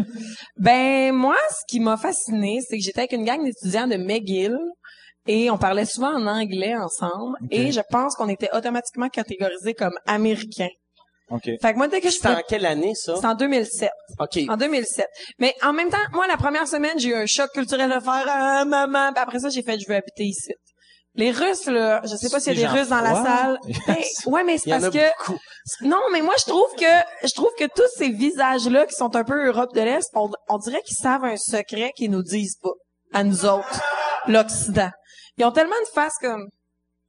Ben moi, ce qui m'a fasciné, c'est que j'étais avec une gang d'étudiants de McGill et on parlait souvent en anglais ensemble
Ok.
et je pense qu'on était automatiquement catégorisés comme américains.
OK.
Fait que moi dès que je
C'était en quelle année, ça?
c'est en 2007.
OK.
En 2007. Mais en même temps, moi, la première semaine, j'ai eu un choc culturel de faire ah, maman. Puis après ça, j'ai fait je veux habiter ici. Les Russes, là, je sais pas s'il y a
Des
des
gens
Russes dans la
froids.
salle. Ben, ouais, mais c'est
Il y en
parce
a
que
beaucoup.
non, mais moi je trouve que je trouve que tous ces visages là qui sont un peu Europe de l'Est, on, on dirait qu'ils savent un secret qu'ils nous disent pas à nous autres, l'Occident. Ils ont tellement de face comme,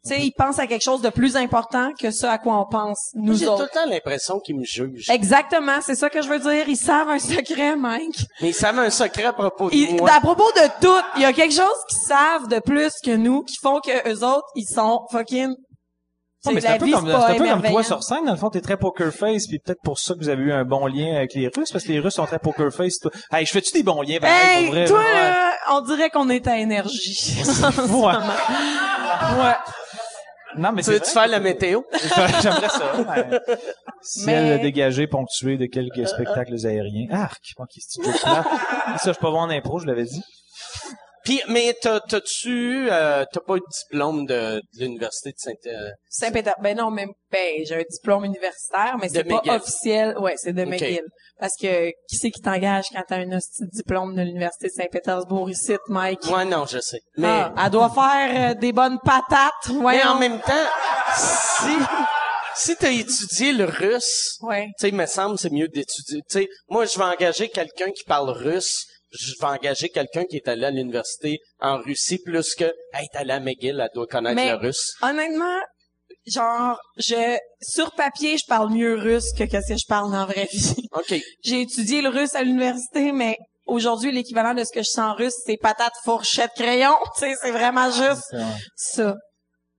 tu sais, ils pensent à quelque chose de plus important que ce à quoi on pense,
Moi,
nous
J'ai tout
autres.
le temps l'impression qu'ils me jugent.
Exactement, c'est ça que je veux dire. Ils savent un secret, Mike.
Mais ils savent un secret à propos de
Ils-
moi.
à propos de tout, il y a quelque chose qu'ils savent de plus que nous, qui font que eux autres, ils sont fucking.
Non, mais
C'est
c'est un
la
peu
vie,
comme,
c'est pas
c'est un peu comme toi
émerveillant.
sur scène. Dans le fond, t'es très poker face, puis peut-être pour ça que vous avez eu un bon lien avec les Russes, parce que les Russes sont très poker face. toi. Hey, je fais-tu des bons liens, pareil,
Hey,
pour vrai?
toi,
Ouais.
là, on dirait qu'on est à énergie.
Ouais.
ouais.
Non, mais
Tu
c'est
veux-tu
vrai.
faire la météo?
J'aimerais ça. ouais. Ciel
Mais- Euh,
dégagé, ponctué de quelques spectacles aériens. Arc! Moi qui suis Ça, je peux voir en impro, je l'avais dit.
Puis, mais t'as- t'as-tu... euh, t'as pas eu de diplôme de, de l'Université de saint euh,
Saint-Pétersbourg. Ben non, même ben, j'ai un diplôme universitaire, mais c'est
De
pas
McGill.
officiel. Ouais, c'est de
Ok.
McGill. Parce que qui c'est qui t'engage quand t'as un hostie de diplôme de l'université de Saint-Pétersbourg ici, Mike?
Ouais, non, je sais. Mais,
Ah, elle doit faire euh, des bonnes patates.
mais
Voyons.
en même temps, si, si t'as étudié le russe,
Ouais.
tu sais, me semble c'est mieux d'étudier. Tu sais, moi, je vais engager quelqu'un qui parle russe. Je vais engager quelqu'un qui est allé à l'université en Russie plus que, hey, t'es allé à McGill, elle doit connaître
Mais-
le russe.
Honnêtement, genre, je sur papier, je parle mieux russe que qu'est-ce que je parle dans la vraie vie.
OK.
J'ai étudié le russe à l'université, mais aujourd'hui, l'équivalent de ce que je sens en russe, c'est patate, fourchette, crayon. Tu sais, c'est vraiment juste ça.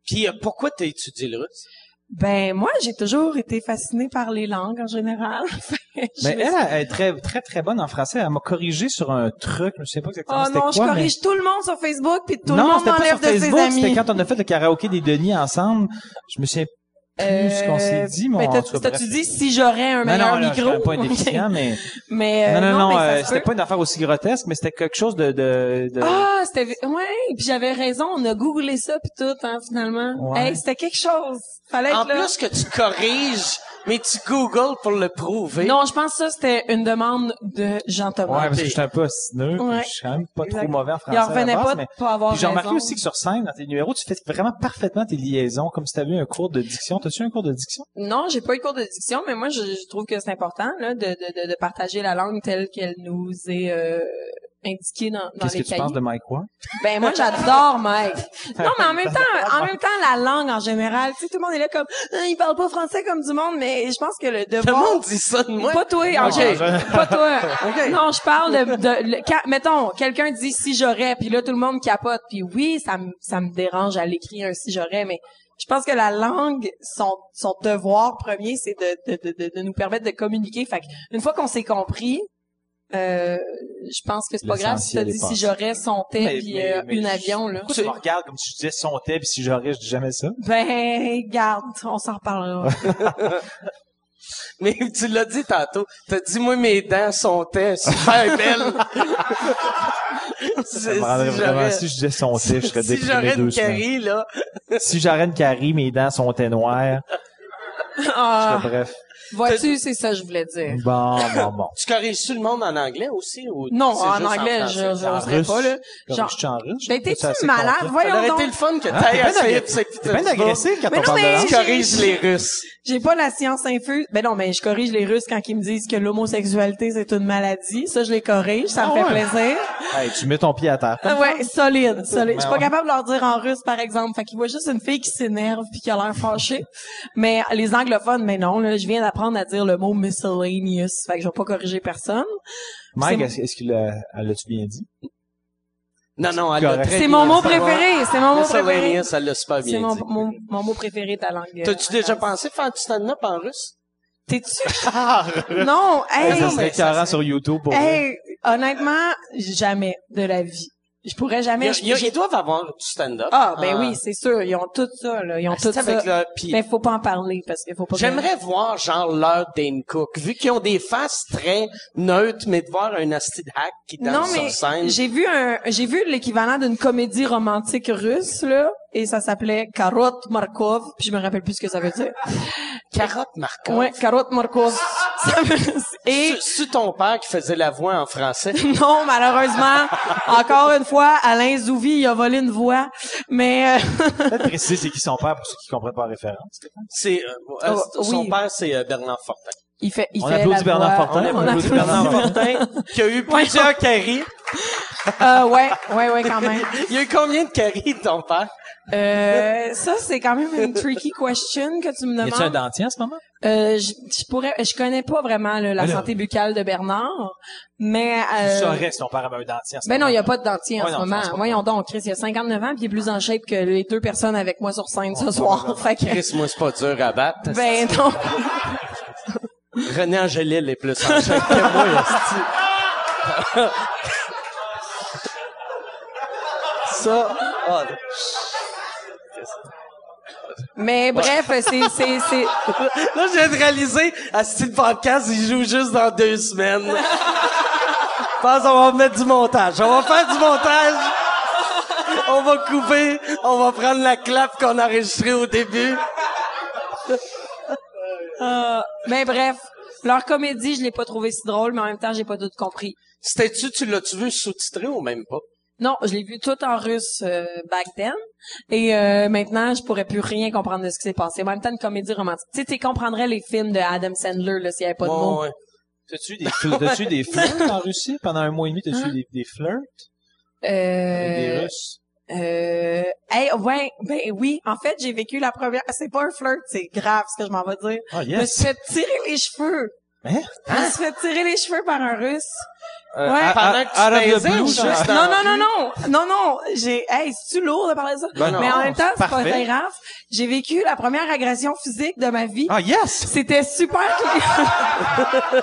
Puis, euh, pourquoi t'as étudié le russe?
Ben moi, j'ai toujours été fascinée par les langues en général. Fait, je
Mais
me
elle,
suis-
elle est très, très, très bonne en français. Elle m'a corrigé sur un truc. Je sais pas exactement
oh
c'était
non,
quoi.
je
mais-
corrige tout le monde sur Facebook puis tout le
non,
monde
c'était pas sur
m'enlève de ses
Facebook. C'était
amis.
quand on a fait le karaoké des Denis ensemble. Je me souviens plus ce qu'on s'est dit, mon
mais t'as- Euh, ben, t'as-tu dit si j'aurais un
Non,
meilleur
non, là, je
micro?
serais pas indéficient, mais...
mais euh,
non, non, non,
mais ça
euh,
se
c'était
peut.
pas une affaire aussi grotesque, mais c'était quelque chose de... de, de...
Ah, c'était ouais, puis j'avais raison, on a googlé ça puis tout hein, finalement.
Ouais.
Hey, c'était quelque chose. Fallait
En
être là.
plus que tu corriges, mais tu googles pour le prouver.
Non, je pense que ça c'était une demande de Jean
Ouais,
Thomas.
parce que j'étais un peu ostineux, puis
Ouais.
je suis quand même pas trop
Exact.
mauvais en français.
Il en revenait
à la base,
pas de
mais-
pas avoir
Puis j'ai remarqué
raison.
aussi que sur scène, dans tes numéros, tu fais vraiment parfaitement tes liaisons, comme si t'avais eu un cours de diction. T'as-tu eu un cours de diction?
Non, j'ai pas eu cours de diction, mais moi, je, je trouve que c'est important là, de, de, de, de partager la langue telle qu'elle nous est euh, indiquée dans, dans
Qu'est-ce que
les
tu
cahiers.
penses de Mike Ward?
Ben moi, j'adore Mike. Non, mais en même temps, en même temps, la langue en général, tu sais, tout le monde est là comme, Hein, il parle pas français comme du monde, mais je pense que le
Tout le
devoir.
monde dit ça de moi.
Pas toi, en
Ah,
Ok.
général. Pas toi.
Ok.
Non, je parle de, de- le- quand- mettons, quelqu'un dit si j'aurais, puis là tout le monde capote, puis oui, ça me ça me dérange à l'écrit un si j'aurais, mais je pense que la langue, son son devoir premier, c'est de de, de, de de nous permettre de communiquer. Fait que, une fois qu'on s'est compris, euh, je pense que c'est pas grave si t'as
L'essentiel
dit
est passé.
si j'aurais son thé
Mais-
puis
mais-
euh,
mais
une
je-
avion là.
Pourquoi tu me regardes comme si je disais son thé, puis si j'aurais, je dis jamais ça?
Ben, garde, on s'en reparlera.
Mais tu l'as dit tantôt. T'as dit, moi, mes dents sont euh, super belles. Si-
Ça me rendrait
si
vraiment-
j'aurais-
si je disais son thé, je serais
si
déprimé
j'aurais
deux
une
semaines.
carie, là.
Si j'aurais une carie, mes dents sont noires.
Ah,
Bref.
Vois-tu, c'est ça que je voulais dire.
Bon, bon, bon.
Tu corriges tout le monde en anglais aussi? Ou
non,
c'est
en
juste
anglais,
français?
je
En
j'oserais
russe,
pas là.
Comme
Genre-
je suis en russe.
Ben
c'est assez
t'es-tu malade,
Ça
complet.
aurait
voyons donc.
été le fun que
Hein?
t'ailles
T'es bien
essayer
agré-
de ces
T'es bien agressif hein? quand
Mais
on
non,
parle de
mais-
langue.
Tu corriges les Russes.
J'ai pas la science infuse. Ben non, mais je corrige les Russes quand ils me disent que l'homosexualité c'est une maladie. Ça, je les corrige, ça
Ah
me fait
ouais.
plaisir.
Hey, tu mets ton pied à terre.
Ah ouais,
Ben
solide, solide. Je suis
Ouais,
pas
ouais.
capable de leur dire en russe, par exemple. Fait qu'ils voient juste une fille qui s'énerve puis qui a l'air fâchée. Mais les anglophones, mais non, là, je viens d'apprendre à dire le mot miscellaneous. Fait que je vais pas corriger personne.
Mike,
C'est-
est-ce est-ce qu'il a- elle l'a-tu bien dit?
Non, non, elle l'a
correct.
très
C'est
bien
mon mot
dit.
préféré, c'est mon mot préféré.
Miscellaneous, elle l'a super
C'est
bien
mon,
dit.
mon, mon mot préféré de la langue. euh,
T'as-tu déjà
anglaise.
pensé faire du stand-up en russe?
T'es-tu? non, hey!
ça
non,
serait
mais ça
écœurant sur YouTube pour vrai.
Hey, honnêtement, jamais de la vie. Je pourrais jamais.
Ils- Ils
j'ai-
ils doivent avoir du stand-up.
Ah, ben
Ah.
oui, c'est sûr. Ils ont tout ça, là. Ils ont
C'est
tout ça.
avec
Mais
leur... Puis
Mais faut pas en parler parce qu'il faut pas.
J'aimerais voir genre leur Dane Cook, vu qu'ils ont des faces très neutres, mais de voir un acide hack qui danse
Non mais
sur scène.
j'ai vu un j'ai vu l'équivalent d'une comédie romantique russe là et ça s'appelait Karot Markov puis je me rappelle plus ce que ça veut dire.
Carotte Marco.
Ouais, Karot Markov. Ça me- et
C'est ton père qui faisait la voix en français.
Non, malheureusement, encore une fois, Alain Zouvi il a volé une voix, mais euh,
Peut-être préciser c'est qui son père pour ceux qui comprennent pas la référence.
C'est euh, euh,
Oh,
son
oui.
père, c'est euh, Bernard Fortin,
il fait il
On
fait
applaudit
la
Bernard
voix.
Fortin.
On applaudit Bernard Fortin.
qui a eu
Ouais.
plusieurs caries.
Euh, ouais, ouais, ouais, quand même.
Il y a eu combien de caries de ton père?
Euh, ça, c'est quand même une tricky question que tu me
Y a-tu un
demandes.
dentier en ce moment?
Euh, je, je pourrais, je connais pas vraiment là, la
Ben là.
santé buccale de Bernard, mais
Tu
euh,
saurais si ton père avait un dentier en ce
ben non,
moment.
il y a pas de dentier en
Ouais,
ce
non, je
moment.
pense pas.
Voyons donc, Chris, il a 59 ans, puis il est plus en shape que les deux personnes avec moi sur scène ce soir. Fait que,
Chris, moi, c'est pas dur à battre.
ben non.
René Angélil est plus en shape que moi, hostie. Ça, ah,
Mais bref, c'est, c'est, c'est.
là, je viens de réaliser, à ce style podcast, il joue juste dans deux semaines. Je pense qu'on va mettre du montage. On va faire du montage. On va couper. On va prendre la clap qu'on a enregistrée au début.
Ah.
euh, mais bref, leur comédie, je l'ai pas trouvée si drôle, mais en même temps, j'ai pas tout compris.
C'était-tu, tu l'as-tu vu sous-titré ou même pas?
Non, je l'ai vu tout en russe euh, back then. Et euh, maintenant, je pourrais plus rien comprendre de ce qui s'est passé. En même temps, une comédie romantique. Tu sais, tu comprendrais les films de Adam Sandler là, s'il n'y avait pas de mots.
ouais.
T'as-tu des, fl- t'as-tu des flirts en Russie? Pendant un mois et demi, t'as-tu des, des flirts? Des
Hein? Euh,
Russes?
euh, hey, ouais, ben oui. En fait, j'ai vécu la première. C'est pas un flirt, c'est grave ce que je m'en vais dire.
Ah,
Je me suis
yes.
fait tirer les cheveux.
Hein?
Je me suis fait tirer les cheveux par un Russe.
Euh,
Ouais.
à-
Pendant
à-
que
out of
tu
the
baisais
blue,
ou
genre?
juste
Non, non, non, non, non, non, j'ai, hey, c'est-tu lourd de parler de ça?
Ben non,
Mais en même temps, c'est pas
parfait.
très grave. J'ai vécu la première agression physique de ma vie.
Ah, yes!
C'était super cliché.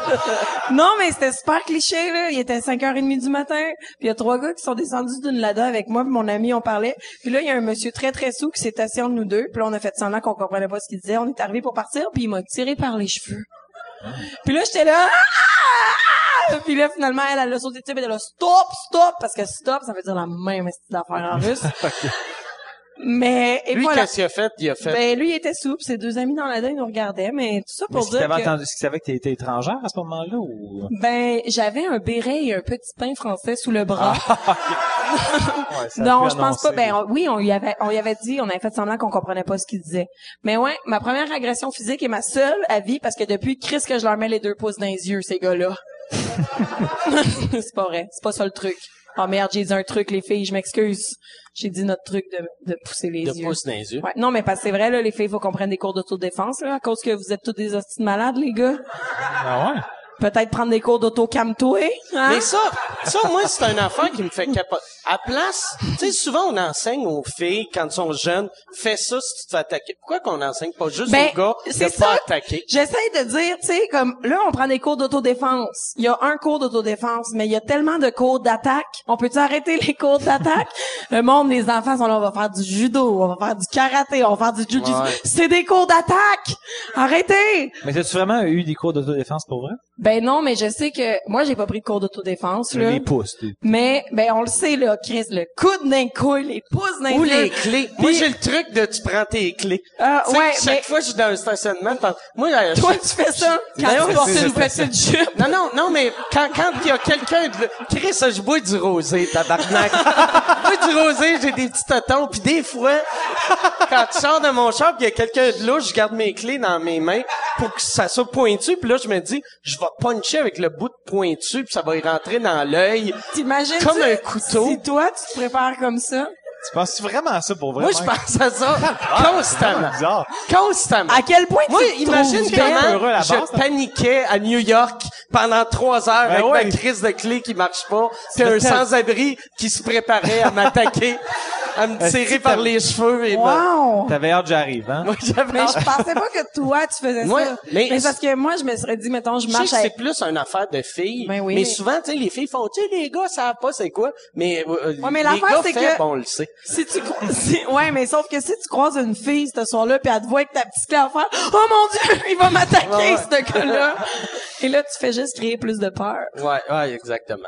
non, mais c'était super cliché, là. Il était 5h30 du matin, puis il y a trois gars qui sont descendus d'une Lada avec moi, puis mon ami, on parlait. Puis là, il y a un monsieur très, très sous qui s'est assis entre nous deux, puis là, on a fait semblant qu'on comprenait pas ce qu'il disait. On est arrivé pour partir, puis il m'a tiré par les cheveux. Puis là, j'étais là... Ah! Puis là, finalement, elle, elle a sauté dessus, puis elle a stop, stop, parce que stop, ça veut dire la même petite affaire en russe. Mais, et
Lui,
voilà.
qu'est-ce qu'il a fait? Il a fait.
Ben, lui, il était souple. Ses deux amis dans la dinde nous regardaient, mais tout ça
Mais
pour
est-ce qu'il
dire
t'avait
que...
entendu, est-ce qu'il savait que t'étais étrangère à ce moment-là ou?
Ben, j'avais un béret et un petit pain français sous le bras.
Ouais, Ah, ça a
non,
pu
je pense pas.
annoncer.
Ben, on- oui, on y avait, on y avait dit, on avait fait semblant qu'on comprenait pas ce qu'il disait. Mais ouais, ma première agression physique est ma seule à vie parce que depuis Chris que je leur mets les deux pouces dans les yeux, ces gars-là. c'est pas vrai. C'est pas ça le truc. Oh merde, j'ai dit un truc, les filles, je m'excuse. J'ai dit notre truc de, de pousser les
de
yeux.
pouce dans les yeux.
Ouais, non, mais parce que c'est vrai, là, les filles, faut qu'on prenne des cours d'autodéfense, là, à cause que vous êtes tous des hosties de malades, les gars.
Ah ouais?
Peut-être prendre des cours d'auto-cam-toi, hein?
Mais ça, ça, moi, c'est un affaire qui me fait capoter. À place, tu sais, souvent, on enseigne aux filles, quand elles sont jeunes, fais ça si tu te fais attaquer. Pourquoi qu'on enseigne pas juste
Ben,
aux gars
c'est
de
ça.
pas attaquer?
J'essaie de dire, tu sais, comme là, on prend des cours d'autodéfense. Il y a un cours d'autodéfense, mais il y a tellement de cours d'attaque. On peut-tu arrêter les cours d'attaque? Le monde, les enfants sont là, on va faire du judo, on va faire du karaté, on va faire du jujitsu.
Ouais.
C'est des cours d'attaque! Arrêtez!
Mais t'as-tu vraiment eu des cours d'autodéfense pour vrai?
Ben non, mais je sais que moi, j'ai pas pris de cours d'autodéfense, là.
Les pouces, t'es-
Mais, ben, on le sait, là, Chris, le coude d'un couille, les pouces d'un
Ou
couille.
les clés. Moi, j'ai le truc de tu prends tes clés.
Euh,
Tu sais,
ouais,
chaque
mais-
fois, je suis dans un stationnement. parce- Moi, là, je-
Toi, tu fais ça quand
Ben
tu
oui,
portes
c'est
une
ça.
petite jupe.
Non, non, non, mais quand, quand il y a quelqu'un de... Chris, je bois du rosé, tabarnak. Moi, du rosé, j'ai des petits totons, puis des fois, quand je sors de mon char, puis il y a quelqu'un de là, je garde mes clés dans mes mains pour que ça soit pointu, puis là, je me dis, je vais puncher avec le bout de pointu, puis ça va y rentrer dans l'œil.
T'imagines
Comme un couteau.
Si toi, tu te prépares comme ça.
Tu penses vraiment à ça pour vrai?
Moi, je
Mike?
pense à ça constamment.
C'est bizarre.
Constamment.
Ah, À quel point
Moi,
tu te
imagine
trouves
que-
belle?
comment
heureux à la base,
je
là.
paniquais à New York pendant trois heures avec
ouais.
ma crise de clé qui marche pas, puis un
tel-
sans-abri qui se préparait à m'attaquer, à me tirer par les cheveux et ben,
Wow!
T'avais hâte que j'arrive, hein?
moi j'avais
Mais je pensais pas que toi, tu faisais
Moi,
ça.
mais-
Mais, parce que moi, je me serais dit, mettons, je
Je sais que
marche
c'est
avec...
plus une affaire de filles,
Ben oui.
mais souvent, tu sais, les filles font, tu sais, les gars savent pas c'est quoi, mais, euh,
Ouais, mais
les
l'affaire,
gars
c'est
fait,
que-
bon, on le sait.
Si tu cro- si- Ouais, mais sauf que si tu croises une fille ce soir-là, puis elle te voit avec ta petite clé à faire, « Oh mon Dieu, il va m'attaquer,
Ouais, ouais.
ce gars-là! » Et là, tu fais juste créer plus de peur.
Ouais, ouais, exactement.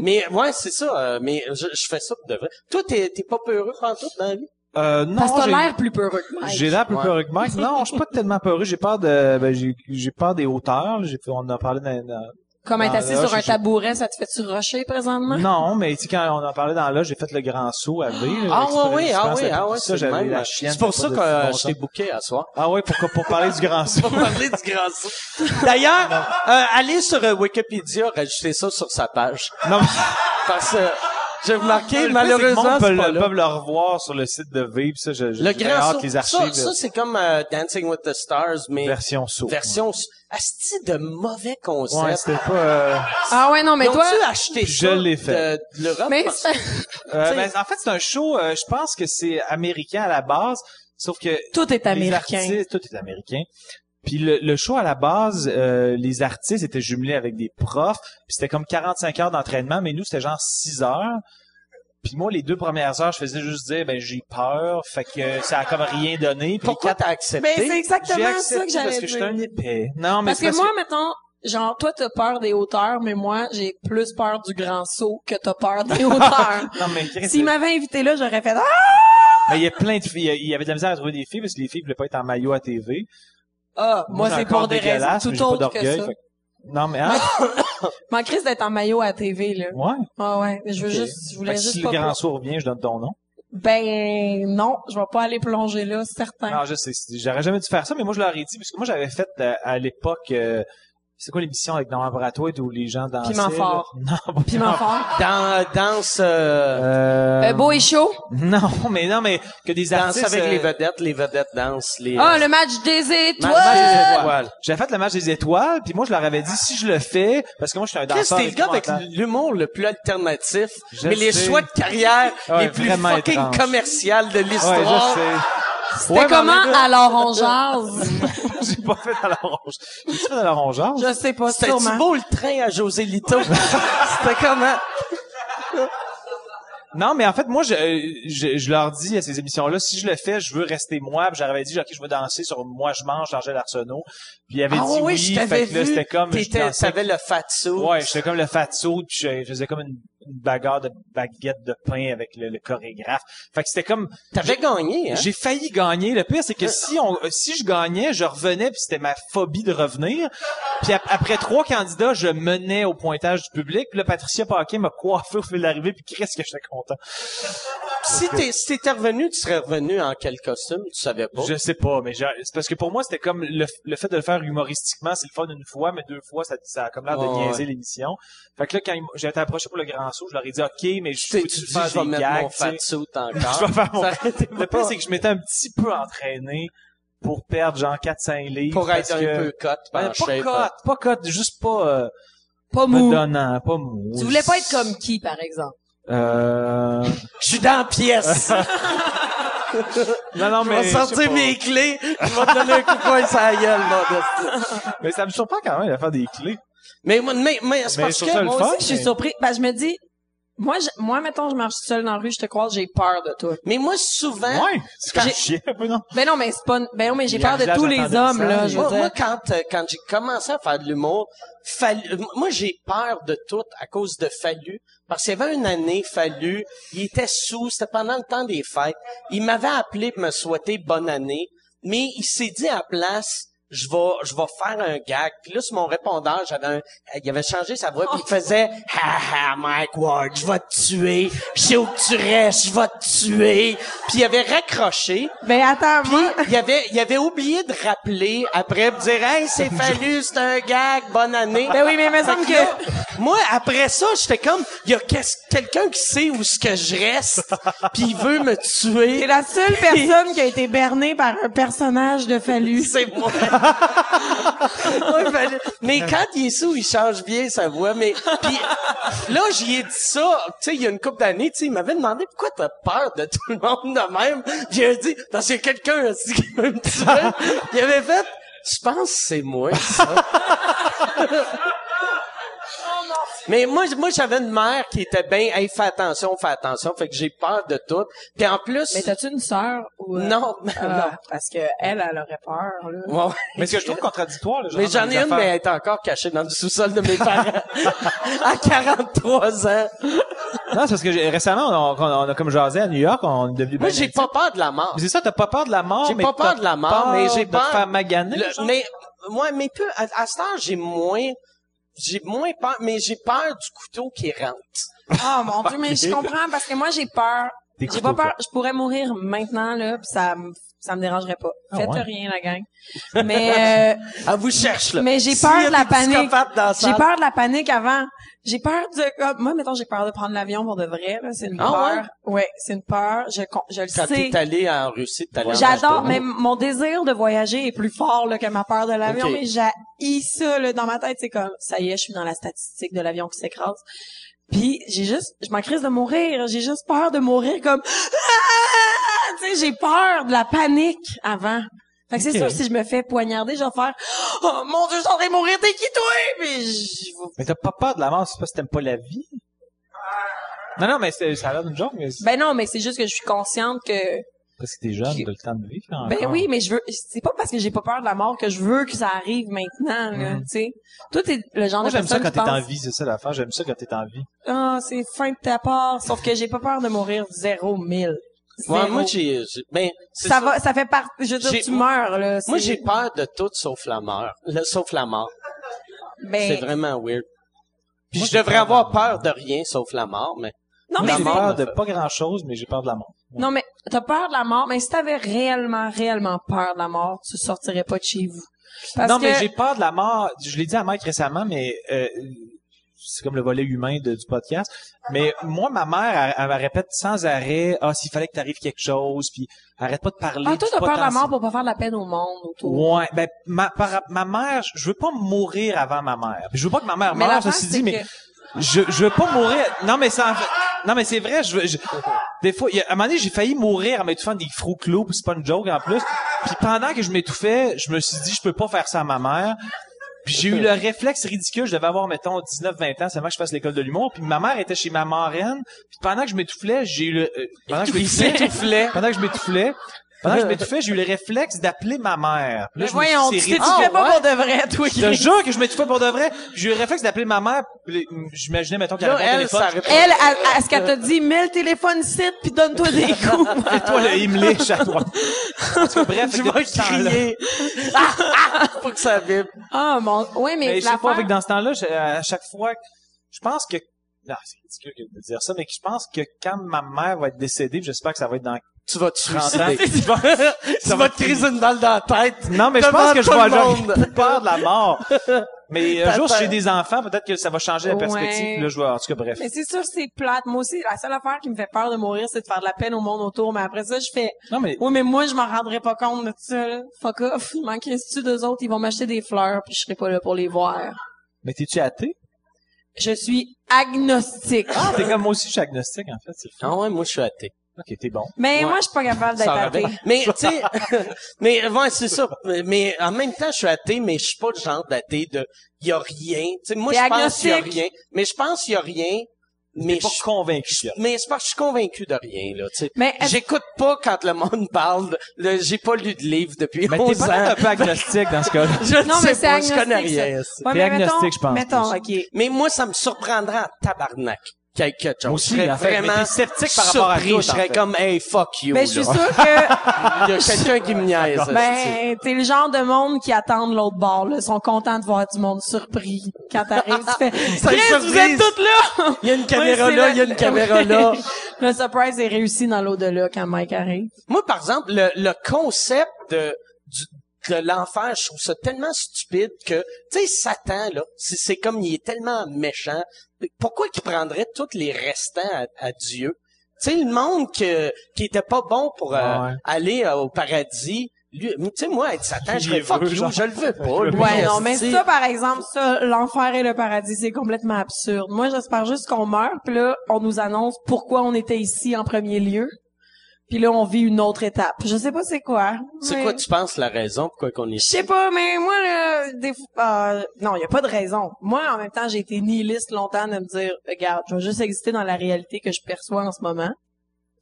mais, ouais, c'est ça, euh, mais je, je fais ça pour de vrai. Toi, t'es t'es pas peureux pantoute dans la vie?
Euh, non,
Parce que t'as
j'ai-
l'air plus peureux que moi.
J'ai l'air plus
Ouais.
peureux que Mike. Non, je suis pas tellement peureux. J'ai peur de, ben, j'ai, j'ai peur des hauteurs. J'ai, on en a parlé dans, dans-
Comme être
Ah,
assis
là,
sur
je-
un
je-
tabouret, ça te fait-tu rocher présentement?
non, mais tu sais, quand on en parlait dans là, j'ai fait le grand saut à V. là,
Ah ouais,
exprès,
oui,
je
ah
pense,
oui,
à-
ah ouais,
ça,
c'est le
j'avais
même.
la chienne.
C'est pour ça
pas
que
de-
euh,
bon
je t'ai
sens.
booké à soir.
Ah ouais, pour, pour parler du grand saut.
Pour parler du grand saut. D'ailleurs, euh, allez sur euh, Wikipédia, rajoutez ça sur sa page.
non,
Parce que j'ai remarqué,
Le plus, c'est que le
malheureusement,
monde
c'est
peut
pas
le-
là.
peuvent le revoir sur le site de V, puis ça, je, je-
Le
j'ai
grand
hâte
saut.
les
ça,
archives.
ça, c'est comme euh, Dancing with the Stars, mais
version saut.
version s- asti de mauvais concept.
Ouais, c'était pas... euh,
Ah ouais, non, mais
Ils
toi...
ont-tu acheté
Je
ça
l'ai fait.
de, de l'Europe?
Mais
Parce-
ça-
euh,
T'sais-
ben, en fait, c'est un show, euh, je pense que c'est américain à la base, sauf que
Tout est
les
américain.
artistes, tout est américain. Puis le, le show à la base, euh, les artistes étaient jumelés avec des profs, puis c'était comme 45 heures d'entraînement, mais nous c'était genre 6 heures. Puis moi les deux premières heures, je faisais juste dire ben j'ai peur, fait que ça a comme rien donné. Puis
Pourquoi
les quatre-
t'as accepté?
Mais c'est
j'ai
exactement ça que
accepté parce
j'allais
que
dire.
j'étais un épais. Non mais
Parce
c'est
que moi, mettons, genre, toi, t'as peur des hauteurs, mais moi, j'ai plus peur du grand saut que t'as peur des hauteurs.
non mais Chris,
S'il
mais
m'avait invité là, j'aurais fait, ah!
il y a plein de filles, il y avait de la misère à trouver des filles parce que les filles voulaient pas être en maillot à TV.
Ah, moi,
j'ai
c'est
encore
pour des raisons
dégueulasse, mais
tout
j'ai pas
autres que
d'orgueil,
ça.
fait que- Non mais hein,
M'en crise d'être en maillot à la TV, là.
ouais.
Ah ouais, je veux
Ok.
juste, je
Fait
voulais
que
juste
si
pas...
le grand sourd vient, je donne ton nom.
Ben, non, je vais pas aller plonger là, certain.
Non, je sais, c'est- j'aurais jamais dû faire ça, mais moi je leur ai dit, parce que moi j'avais fait euh, à l'époque, euh, c'est quoi l'émission avec Norman Bratoit où les gens dansaient?
Piment
là?
fort.
Non, pas
Piment fort.
Dans, dans ce...
Ah. Euh,
Euh, beau et chaud.
Non, mais non, mais que des
Danse
artistes...
avec
euh,
les vedettes, les vedettes dansent, les...
Ah, le match des
Ma-
étoiles.
match des étoiles.
J'avais fait le match des étoiles, puis moi je leur avais dit, si je le fais, parce que moi je suis un
Chris,
danseur...
t'es le gars avec
expérimental.
l'humour le plus alternatif,
Je
mais les
sais.
choix de carrière
Ouais,
les plus
vraiment
fucking
étrange.
commerciales de
Ouais,
l'histoire.
je
C'était
Ouais, mais
comment?
on est là.
Alors, on jase.
sais. J'ai pas fait dans la ronge. J'ai fait dans la rongeur.
Je sais pas,
C'était-tu
sûrement.
beau le train à José Lito? C'était comment?
Non, mais en fait, moi, je, euh, je, je leur dis à ces émissions-là, si je le fais, je veux rester moi. Puis j'avais dit, OK, je vais danser sur Moi, je mange, d'Angèle Arsenault. Puis il avait
Ah
dit oui,
oui, je t'avais
fait que là,
vu.
c'était comme... je
T'étais,
dansais-
t'avais le fat suit.
Ouais, j'étais comme le fat suit, puis je, je faisais comme une, une bagarre de baguette de pain avec le, le chorégraphe. Fait que c'était comme...
T'avais gagné, hein?
J'ai failli gagner. Le pire, c'est que si on, euh, si je gagnais, je revenais, puis c'était ma phobie de revenir. Puis ap- après trois candidats, je menais au pointage du public. Puis là, Patricia Paquet m'a coiffé au fil de l'arrivée, puis qu'est-ce que j'étais content.
Si t'es, si t'étais revenu, tu serais revenu en quel costume? Tu savais pas.
Je sais pas, mais j'ai- c'est parce que pour moi, c'était comme le, le fait de le faire humoristiquement, c'est le fun une fois, mais deux fois, ça, ça a comme l'air de
Ouais,
niaiser l'émission. Fait que là, quand ils m'ont- j'ai été approché pour le grand saut, je leur ai dit, OK, mais je
Tu t'es-
peux-tu
tu dis,
faire
je vais
des
mettre
gags,
mon
tu
fat
sais?
suit
Je
encore.
vais faire mon-
Ça arrêtait
Le
pas.
pire, c'est que je m'étais un petit peu entraîné pour perdre genre 4-5 livres.
Pour
parce
être un
que-
peu cote,
Ben,
par shape,
pas
hein.
cote, pas cote, juste pas, euh,
Pas
me
mou.
donnant, pas mou.
Tu voulais pas être comme qui, par exemple?
Euh...
Je suis dans la pièce.
Non, non,
Je
mais...
vais
je sais
sortir
pas.
mes clés. Je vais te donner un coup de poing sur la gueule, mon destin.
Mais ça me surprend quand même de faire des clés.
Mais, moi- mais, mais c'est
Mais
parce
sur
que...
ça,
Moi
le fun,
aussi, je suis
mais-
surpris. Ben, je me dis, moi, je- moi, mettons, je marche seule dans la rue, je te croise, j'ai peur de toi.
Mais moi, souvent...
Ouais, c'est quand
J'ai-
chier un peu, non?
Ben non, mais c'est pas, une- ben non, mais j'ai
Il y a
peur de
un
tous les
village
hommes,
attendant
là,
ça.
je veux
Moi, moi,
dire.
quand, euh, quand j'ai commencé à faire de l'humour, Fallu- euh, moi, j'ai peur de tout à cause de Fallu. Parce qu'il y avait une année, Fallu, il était sous, c'était pendant le temps des fêtes. Il m'avait appelé pour me souhaiter bonne année, mais il s'est dit à la place, je vais, je vais faire un gag. Puis là, sur mon répondeur, j'avais un, euh, il avait changé sa voix, puis il faisait, ha ha, Mike Ward, je vais te tuer. Je sais où que tu restes, je vais te tuer. Puis il avait raccroché.
Ben attends, moi,
Il avait, il avait oublié de rappeler après, pour dire, hey, c'est fallu, c'est un gag, bonne année.
ben oui, mais il me
Fait
semble
que là,
que,
moi, après ça, j'étais comme, il y a qu'est-ce- quelqu'un qui sait où ce que je reste, puis il veut me
t'es
tuer.
la seule personne qui a été bernée par un personnage de Fallu.
C'est moi. Ouais, Fallu. mais quand il est sous, il change bien sa voix. Mais puis là, j'y ai dit ça. Tu sais, il y a une couple d'années, tu sais, il m'avait demandé pourquoi t'as peur de tout le monde de même. J'ai dit parce qu'il y a quelqu'un aussi qui veut me tuer. Il avait fait. Je pense que c'est moi, ça. Mais moi, j- moi j'avais une mère qui était bien, hey, fais attention, fais attention, fait que j'ai peur de tout. Puis en plus,
Mais t'as-tu une sœur ou euh,
non, mais
ah, parce que elle, elle aurait peur, là.
non. Ouais.
Mais ce que je trouve contradictoire, là,
Mais
genre,
j'en
dans
ai
les
une, mais
affaires-
elle est encore cachée dans le sous-sol de mes parents. à 43 ans.
Non, c'est parce que j'ai- récemment, on, on- on a comme jasé à New York, on est devenu
Moi,
bien
j'ai
intimes.
pas peur de la mort.
Mais c'est ça, t'as pas peur de la mort,
J'ai
mais
pas peur
t'as
de la mort, mais j'ai
de
peur-
te faire maganer.
Le-
genre.
mais, moi, mais peu, à, à cette heure, j'ai moins, j'ai moins peur, mais j'ai peur du couteau qui rentre.
Ah mon dieu, mais je comprends parce que moi j'ai peur.
Des
J'ai pas
couteaux,
peur,
quoi.
je pourrais mourir maintenant là, puis ça me- ça me dérangerait pas.
Ah
Faites
ouais.
rien la gang. Mais euh,
Elle vous cherche, là.
mais j'ai
S'il y a
peur de la
des
panique.
psychopathes dans la
J'ai
salle,
peur de la panique avant. j'ai peur de, comme, moi, mettons, j'ai peur de prendre l'avion pour de vrai, là. C'est une
Ah ouais?
peur. Ouais, c'est une peur. Je, con- je le
Quand
sais.
t'es allé en Russie, t'es allé en
J'adore,
Macédoine.
mais mon désir de voyager est plus fort là, que ma peur de l'avion,
Ok.
mais j'ai ça là, dans ma tête, c'est comme ça y est, je suis dans la statistique de l'avion qui s'écrase. Puis j'ai juste je m'en crise de mourir, j'ai juste peur de mourir comme Ah! tu sais, j'ai peur de la panique avant. Fait que c'est
Ok.
sûr si je me fais poignarder, je vais faire oh mon dieu, je suis en train de mourir, t'es qui toi Puis je vais-
Mais t'as pas peur de la mort, c'est parce que t'aimes pas la vie. Non, non, mais c'est- ça a l'air d'une joke, mais c'est
ben non, mais c'est juste que je suis consciente que
parce que t'es jeune, t'as le temps de vivre. encore.
Ben oui, mais je veux. C'est pas parce que j'ai pas peur de la mort que je veux que ça arrive maintenant, là.
Mhm.
Tu sais, toi t'es le genre
Moi,
de
j'aime ça
personne
quand
qui
t'es en
pense.
vie, c'est ça l'affaire. J'aime ça quand t'es en vie.
Ah, c'est fin de ta part. Sauf que j'ai pas peur de mourir zéro mille.
Ouais,
Zéro.
moi, j'ai, j'ai- ben, c'est
ça, va, ça fait partie. Je veux
J'ai-
dire, tu meurs là.
Moi,
c'est-
j'ai peur de tout sauf la mort. Le, sauf la mort.
Ben,
C'est vraiment weird. Puis
Moi,
je
j'ai
devrais
peur de la
avoir peur de rien sauf la mort, mais
Non,
Moi,
mais
j'ai
mort,
peur
mais-
de pas grand chose, mais j'ai peur de la mort.
non mais t'as peur de la mort. Mais si t'avais réellement, réellement peur de la mort, tu sortirais pas de chez vous. Parce
non,
que
mais j'ai peur de la mort. Je l'ai dit à Mike récemment, mais euh, c'est comme le volet humain de- du podcast. Mais moi, ma mère, elle, elle me répète sans arrêt, ah, s'il fallait que t'arrives quelque chose, puis arrête pas de parler.
ah, toi
du
t'as peur de la
potentiel.
mort pour pas faire de la peine au monde autour.
Ouais, ben ma, par- ma mère, je- je veux pas mourir avant ma mère. Puis Je veux pas que ma mère
Mais
meure,
l'affaire,
ceci
c'est
dit, mais
que-
je, je veux pas mourir. Non, mais ça, en fait- non, mais c'est vrai. Je, veux- je- des fois, il y a- à un moment donné, j'ai failli mourir en m'étouffant des frous clos, puis c'est pas une joke en plus. Puis pendant que je m'étouffais, je me suis dit, je peux pas faire ça à ma mère. Puis j'ai eu le réflexe ridicule, je devais avoir, mettons, 19-20 ans, seulement que je fasse l'école de l'humour. Puis ma mère était chez ma marraine. Puis pendant que je m'étouffais, j'ai eu le... euh, pendant que je m'étouffais, pendant que je m'étouffais, pendant que je m'étouffais, j'ai eu le réflexe d'appeler ma mère. Puis là,
Mais
je me suis
voyons,
dit,
tu
c'est
t'étouffais
ridicule.
pas pour de vrai, toi.
Je te jure que je m'étouffais pour de vrai. J'ai eu le réflexe d'appeler ma mère. puis J'imaginais, mettons, qu'elle
Là,
avait mon
elle,
téléphone.
ça
je-
répond.
Elle, elle, elle- ce qu'elle t'a dit, mets le téléphone site puis donne-toi des coups.
Et toi, le Himmlich à toi. En tout cas, bref,
je
fait
vais
que depuis ce temps-là-
crier. Ah, ah, faut que ça vibre.
Ah, mon, ouais, mais,
Mais je sais
l'affaire-
pas, fait que dans ce temps-là, je- euh, à chaque fois, je pense que, non, c'est ridicule que de dire ça, mais que je pense que quand ma mère va être décédée, puis j'espère que ça va être dans
Tu vas te
30 ans.
suicider.
je vais-
Tu vas
ça va
te
être-
criser une balle dans la tête.
Non, mais je pense
devant
que je
tout
vais
le
avoir
monde.
plus peur de la mort. Mais euh, un
T'as
jour, si
peur.
j'ai des enfants, peut-être que ça va changer la perspective.
Ouais.
puis Là, je vais, en tout cas, bref.
Mais c'est sûr, c'est plate. Moi aussi, la seule affaire qui me fait peur de mourir, c'est de faire de la peine au monde autour. Mais après ça, je fais,
Non, mais
oui, mais moi, je m'en rendrai pas compte de ça, là. Fuck off. Je m'en crisse-tu d'eux autres? Ils vont m'acheter des fleurs puis je serai pas là pour les voir.
Mais t'es-tu athée?
Je suis agnostique.
Ah, t'es comme moi aussi, je suis agnostique, en fait. C'est fou.
Ah ouais, moi, je suis athée.
Ok, t'es bon.
Mais
Ouais.
moi, je suis pas capable d'être
Ça
athée.
revient. Mais, tu sais, mais, ouais, c'est ça. Mais, mais en même temps, je suis athée, mais je suis pas le genre d'athée de, y a rien. Tu sais, moi,
T'es
je pense qu'il y a
agnostique.
rien. Mais je pense qu'il y a rien. Mais
T'es pas
je-
convaincu. là.
mais c'est parce que je suis convaincu de rien, là, tu sais.
Mais est-ce-
J'écoute pas quand le monde parle. là, J'ai pas lu de livre depuis
Mais
11
t'es pas
ans.
un peu agnostique dans ce cas-là.
Je
Non,
ne
mais
sais
c'est
pas, je connais
agnostique, ça.
rien. ça.
Ouais,
T'es
mais mettons-
agnostique, je pense,
Mettons, ok.
Mais moi, ça me surprendrait en tabarnak. Quelque chose.
Moi
je
aussi,
serais
en fait, mais
vraiment
t'es sceptique par rapport à
surpris,
tout,
Je
en
serais
fait.
comme, hey, fuck you.
Mais Ben, je suis
là.
sûre que,
Il y a quelqu'un qui me niaise. hostie.
Ben, t'es le genre de monde qui attend de l'autre bord, là. Ils sont contents de voir du monde surpris. Quand t'arrives, tu fais,
une
Chris, vous êtes
surprise.
toutes là!
Il y a une caméra
Ouais, c'est
là,
le-
il y a une caméra là.
le surprise est réussi dans l'au-delà quand Mike arrive.
Moi, par exemple, le, le concept de, du, de l'enfer, je trouve ça tellement stupide que, tu sais, Satan, là, c'est, c'est comme il est tellement méchant. Pourquoi qu'il prendrait tous les restants à, à Dieu? Tu sais, le monde que, qui était pas bon pour euh,
Ouais.
aller euh, au paradis, lui, tu sais, moi, être Satan,
Il
je serais
veut,
fuck you,
genre.
je le veux pas. lui,
Ouais, non, mais
hostie.
ça, par exemple, ça, l'enfer et le paradis, c'est complètement absurde. Moi, j'espère juste qu'on meurt, puis là, on nous annonce pourquoi on était ici en premier lieu. Puis là, on vit une autre étape. Je sais pas c'est quoi.
C'est
mais-
quoi, tu penses, la raison pourquoi qu'on est
Je sais pas, mais moi, là, des fois, euh, non, il y a pas de raison. Moi, en même temps, j'ai été nihiliste longtemps de me dire, regarde, je vais juste exister dans la réalité que je perçois en ce moment.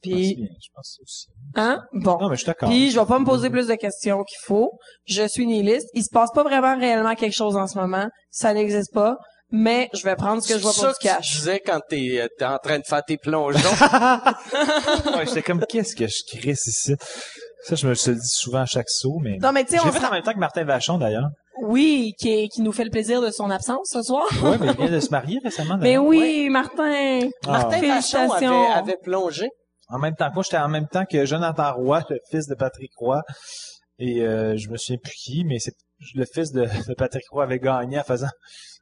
Puis,
Je pense aussi.
hein, bon.
Non, mais je suis d'accord.
Puis, je vais pas me poser plus de questions qu'il faut. Je suis nihiliste. Il se passe pas vraiment réellement quelque chose en ce moment. Ça n'existe pas. Mais je vais prendre ce que je vois
C'est
pour
ça que
du
tu
cash.
disais quand t'es, euh, t'es en train de faire tes plongeons.
Ouais, j'étais comme, qu'est-ce que je crisse ici? Ça, je me je te le dis souvent à chaque saut, mais...
Non, mais tu
Je
sais, on
l'ai
se
fait en même temps que Martin Vachon, d'ailleurs.
Oui, qui, est- qui nous fait le plaisir de son absence ce soir.
Ouais, mais il vient de se marier récemment,
Mais
d'ailleurs.
Ben oui, Martin.
Ah.
Martin Vachon
Félicitations.
avait, avait plongé.
En même temps que moi, j'étais en même temps que Jonathan Roy, le fils de Patrick Roy. Et euh, je me souviens plus qui, mais c'est le fils de, de Patrick Roy avait gagné en faisant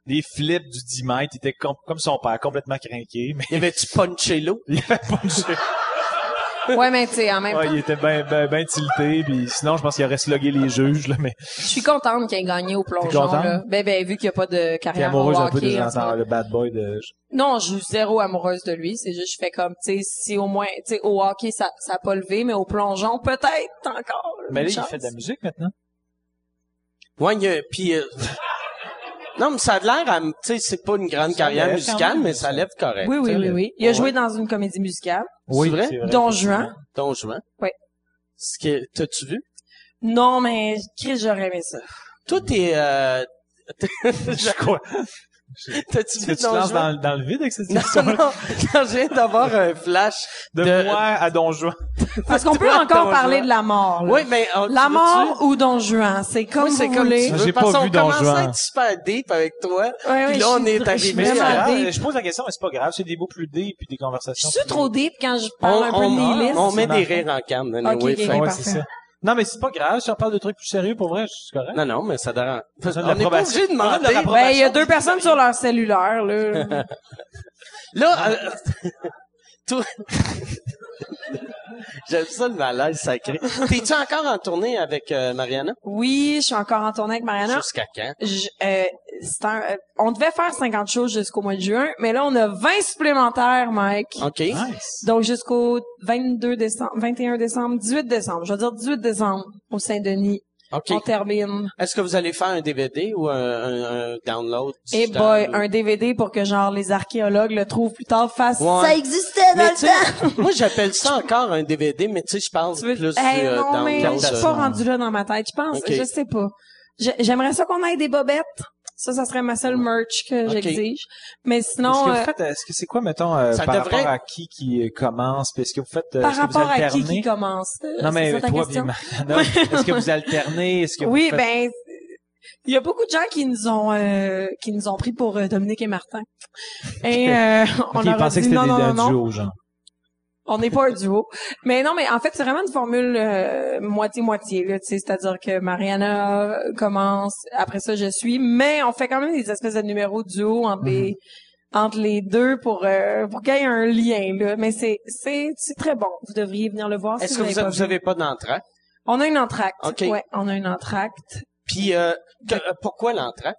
des flips du 10 mètres. Il était com- comme son père, complètement craqué, mais
Y avait-tu Poncello?
il avait pas de jeu.
Ouais, mais tu sais, en même
Ouais,
temps,
il était bien ben, ben tilté, puis sinon, je pense qu'il aurait slogué les juges, là, mais
je suis contente qu'il ait gagné au plongeon,
contente?
là. Ben, ben, vu qu'il n'y a pas de
t'es
carrière
amoureux
au
un peu de
hockey, en ce
Jonathan,
moment.
le bad boy de...
Non, je suis zéro amoureuse de lui. C'est juste, je fais comme, tu sais, si au moins, tu sais, au hockey, ça, ça a pas levé, mais au plongeon, peut-être encore.
Mais là,
une
il
chance.
fait de la musique maintenant.
Ouais, y a- puis euh, non, mais ça a l'air, à m- tu sais, c'est pas une grande carrière
lève quand
musicale,
même,
mais
ça.
ça lève correct.
Oui, oui, oui, oui. Il a
Ouais.
joué dans une comédie musicale.
Oui, vrai?
Don Juan.
Don Juan.
Oui.
Ce que t'as-tu vu?
Non, mais Chris, j'aurais aimé ça.
Toi, t'es euh,
Je crois.
t'as-tu
Tu
vu
te lances
Don Juan?
dans, dans le vide avec cette
Non,
question
non, non, je viens d'avoir un flash.
De,
De-
moi à Don Juan.
Parce qu'on peut
Toi,
encore
Don
parler
Juan.
de la mort. là.
Oui, mais on-
la
tu
mort ou Don Juan, c'est comme
veux-tu? Oui, c'est
vous
comme
voulez.
tu veux.
J'ai
Parce
pas
qu'on
vu Don
commence à
Juan.
être super deep avec toi.
Ouais, ouais,
Puis là, on
je suis-
est
je suis
arrivé
Mais
Mais
c'est
vraiment
à-
pas
deep.
grave, je pose la question, mais c'est pas grave. C'est des mots plus dés puis des
Je
conversations.
suis
plus-
trop deep quand je
On,
parle un peu
on-
nihiliste.
on met
c'est
des rires en cam.
Ok,
anyway,
ok,
fait-
ok.
Ouais,
parfait.
c'est ça. Non, mais c'est pas grave. Si on parle de trucs plus sérieux, pour vrai, c'est correct.
Non, non, mais ça dérange. On
Besoin de
n'est pas
l'approbation.
obligé de
Besoin de
demander.
l'approbation.
Ben, il y a deux personnes sur leur cellulaire, là.
Là, euh, toi... J'aime ça le malaise sacré. T'es-tu encore en tournée avec euh, Mariana?
oui, je suis encore en tournée avec Mariana.
Jusqu'à quand?
Je- euh, c'est un- euh, on devait faire 50 choses jusqu'au mois de juin, mais là, on a 20 supplémentaires, Mike.
OK.
Nice.
Donc, jusqu'au 22 décembre, 21 décembre, 18 décembre. Je vais dire 18 décembre au Saint-Denis.
OK.
On termine.
Est-ce que vous allez faire un DVD ou un, un- un download?
Et
digital
boy,
ou-
un DVD pour que, genre, les archéologues le trouvent plus tard face.
Ouais.
Ça
existait
Mais tu sais, moi, j'appelle ça encore un DVD, mais tu sais, je parle
Tu veux-
plus
Hey,
du euh,
non, mais
download.
je suis pas rendu là dans ma tête. Je pense,
Ok.
je sais pas. Je- J'aimerais ça qu'on aille des bobettes. Ça, ça serait ma seule merch que
Ok.
j'exige. Mais
Est-ce
sinon,
que vous
euh,
faites, est-ce que c'est quoi, mettons, euh,
Ça
par
devrait-
rapport à qui qui euh, commence, puis est-ce que vous faites, euh,
par
est-ce que vous
rapport à qui
alternez?
qui commence? euh,
Non,
c'est
mais
ça ta
toi,
question?
puis Mariana, est-ce que vous alternez? Est-ce que vous
Oui,
faites-
ben, il y a beaucoup de gens qui nous ont, euh, qui nous ont pris pour euh, Dominique et Martin. Et, euh, on
Ok, ils
leur a
pensaient que
dit
c'était
non,
des
non, non, non.
un duo, genre.
On n'est pas un duo. Mais non, mais en fait, c'est vraiment une formule euh, moitié-moitié, là, tu sais. C'est-à-dire que Mariana commence, après ça, je suis. Mais on fait quand même des espèces de numéros duo
Mhm.
entre les, entre les deux pour, euh, pour qu'il y ait un lien, là. Mais c'est, c'est, c'est très bon. Vous devriez venir le voir si
Est-ce
vous
que vous,
l'avez
a-
pas
vous
vu.
avez pas d'entracte?
On a une entracte.
Ok.
Ouais, on a une entracte.
Puis, euh, que- euh, pourquoi l'entracte?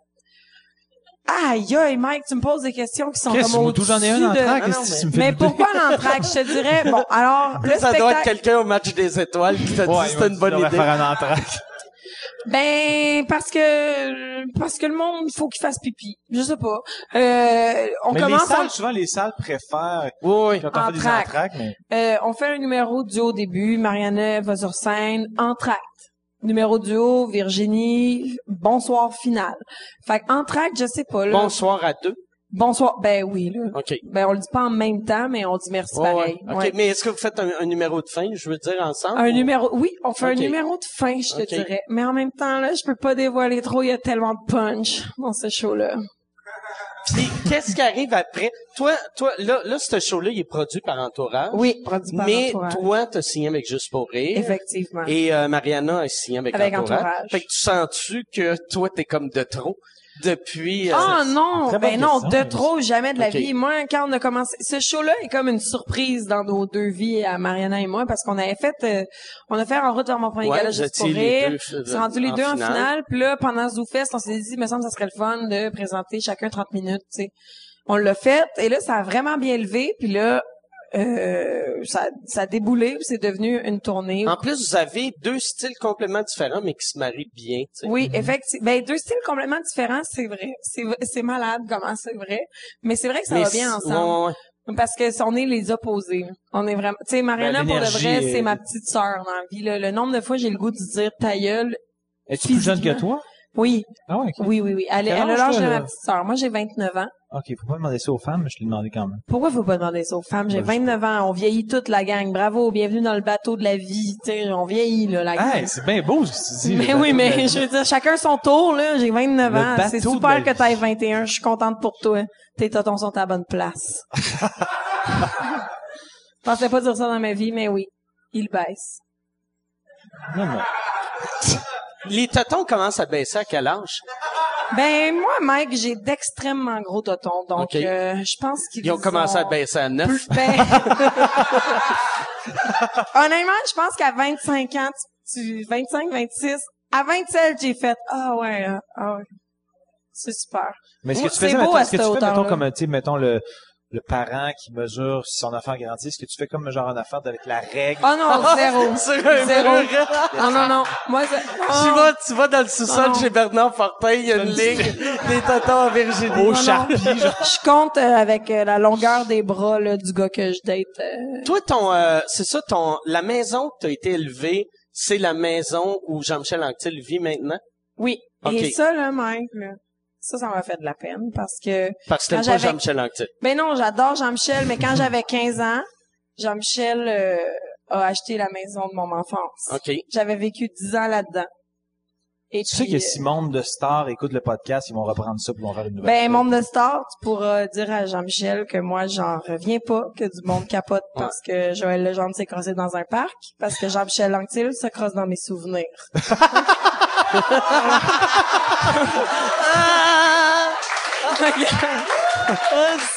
Aïe, aïe, Mike, tu me poses des questions qui sont
Qu'est-ce
comme
que
au-dessus
tu j'en ai un en
de-
train?
non,
Qu'est-ce que tu me fais
Ah, Mais
douter?
pourquoi l'entracte? Je te dirais, bon, alors, le
Ça doit être
spectacle-
quelqu'un au match des étoiles qui t'a dit
Ouais,
c'était une
ouais,
bonne
on va
idée.
faire un entraque.
Ben parce que parce que le monde il faut qu'il fasse pipi. Je sais pas. Euh, on
Mais les
commence
salles, souvent, les salles préfèrent
Oui, oui.
quand on fait des
Entracte.
entraques, mais
en- euh, on fait un numéro duo au début, Marianne va sur scène, entracte. Numéro duo, Virginie, bonsoir final. Fait que entracte, je sais pas là.
Bonsoir à deux.
Bonsoir. Ben oui là.
OK.
Ben on le dit pas en même temps mais on dit merci
Ouais,
pareil.
ouais. OK,
Ouais.
mais est-ce que vous faites un, un numéro de fin, je veux dire, ensemble?
Un
ou-
numéro, oui, on fait
Ok.
un numéro de fin, je te
Ok.
dirais. Mais en même temps, là, je peux pas dévoiler trop, il y a tellement de punch dans ce show-là.
Puis, qu'est-ce qui arrive après? Toi, toi, là, là, ce show-là, il est produit par Entourage.
Oui, produit par
Mais
Antoine.
toi, t'as signé avec Juste pour rire.
Effectivement.
Et euh, Mariana a signé avec,
Avec
Entourage.
Entourage.
Fait que tu sens-tu que toi, t'es comme de trop depuis... euh,
Ah non,
très bonne
ben non,
question,
de
mais-
trop, jamais de la
Ok.
vie. Moi, quand on a commencé, ce show-là est comme une surprise dans nos deux vies à Mariana et moi parce qu'on avait fait, euh, on a fait en route vers mon premier
ouais,
gala
vous
juste pour
étiez les
rire.
deux,
On s'est rendu les deux en finale, puis là, pendant ZooFest, on s'est dit, il me semble que ça serait le fun de présenter chacun 30 minutes, tu sais. On l'a fait, et là, ça a vraiment bien levé, puis là, euh, ça, ça a déboulé, puis c'est devenu une tournée.
En plus, vous avez deux styles complètement différents, mais qui se marient bien. tu sais.
Oui, effectivement. Ben, deux styles complètement différents, c'est vrai. C'est, v- c'est malade comment c'est vrai. Mais c'est vrai que ça
Mais
va
c-
bien ensemble.
ouais, ouais, ouais.
Parce que si on est les opposés. On est vraiment, tu sais, Mariana,
Ben,
pour le
l'énergie
vrai,
est-
c'est ma petite sœur dans la vie, là. Le nombre de fois, j'ai le goût de dire ta gueule.
es-tu plus jeune que toi?
Oui,
Ah ouais, ok.
oui, oui, oui. Elle, est-
Quel
elle a
âge,
l'âge de
toi,
ma
là?
petite sœur. Moi, j'ai 29 ans.
Ok, faut pas demander ça aux femmes, mais je l'ai demandé quand même.
Pourquoi faut pas demander ça aux femmes? J'ai
Ben, je sais
29 ans. On vieillit toute la gang. Bravo. Bienvenue dans le bateau de la vie. Tu sais, on vieillit, là, la gang.
Hey, c'est bien beau ce que tu dis.
Mais
le
oui,
bateau de
mais
la vie.
je veux dire, chacun son tour, là. J'ai 29
Le
ans. C'est
bateau de
super
la
que
vie.
t'aies 21. Je suis contente pour toi. Tes tontons sont à la bonne place. Je pensais pas dire ça dans ma vie, mais oui. Il baisse.
Non, mais-
Les tontons commencent à baisser à quel âge?
Ben moi, Mike, j'ai d'extrêmement gros totons, donc
Ok.
euh, je pense qu'ils
Ils ont commencé à
ont-
te baisser à neuf.
Ben, honnêtement, je pense qu'à 25 ans, tu, tu- 25, 26, à 27, j'ai fait, ah ouais, là, ah ouais. C'est super.
Mais est-ce que
Ouais,
tu
c'est
faisais,
beau
mettons,
à
est-ce que tu
cette
fais, mettons,
hauteur-là.
comme, un- tu sais, mettons, le, le parent qui mesure si son enfant grandit, est-ce que tu fais comme genre un enfant avec la règle?
Oh non, zéro.
Sur un
Zéro.
mur.
Non, non, non. Moi, c'est-
Tu
non.
vas, tu vas dans le sous-sol
Non, non.
chez Bernard Fortin, il y a une ligne des tontons à Virginie.
Non, non. Je compte euh, avec euh, la longueur des bras là, du gars que je date. euh.
Toi, ton, euh, c'est ça, ton, la maison que t'as été élevé, c'est la maison où Jean-Michel Anctil vit maintenant?
Oui.
Ok.
Et ça, là, Mike, là, ça, ça m'a fait de la peine parce que...
Parce que t'aimes
Quand
pas
Ah, j'avais-
Jean-Michel Anctil.
Ben non, j'adore Jean-Michel, mais quand j'avais 15 ans, Jean-Michel euh, a acheté la maison de mon enfance.
OK.
J'avais vécu 10 ans là-dedans. Et
Tu sais
puis,
que
euh,
si Monde de Star écoute le podcast, ils vont reprendre ça pour vont faire une nouvelle.
ben, monde de star, tu pourras dire à Jean-Michel que moi, j'en reviens pas que du monde capote parce que Joël Legendre s'est crossé dans un parc, parce que Jean-Michel Anctil se crosse dans mes souvenirs.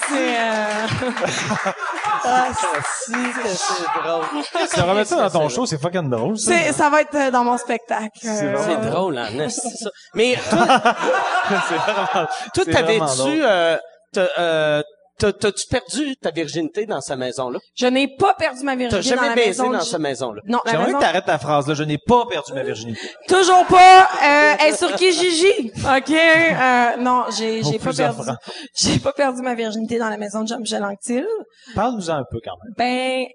c'est, euh,
Ah, si, que c'est drôle.
Tu remets ça dans ton show, Ben, c'est fucking drôle, ça.
c'est- ça va être euh, dans mon spectacle.
C'est
Euh,
C'est drôle, en est, c'est ça. Mais toi,
C'est vraiment-
toi
c'est vraiment drôle.
t'avais-tu, euh, t'as, euh, t'as- t'as-tu perdu ta virginité dans sa maison-là?
Je n'ai pas perdu ma
T'as
virginité dans
jamais
la
baisé
maison.
dans
de-
sa maison-là?
Non, la
J'aimerais
maison.
que t'arrêtes ta phrase, là. Je n'ai pas perdu ma virginité.
Toujours pas. Euh, elle est sur Kijiji. OK. Euh, non, j'ai
Au
j'ai pas
plus
perdu.
offrant.
J'ai pas perdu ma virginité dans la maison de Jean-Michel Anctil.
Parle-nous-en un peu, quand même.
Ben,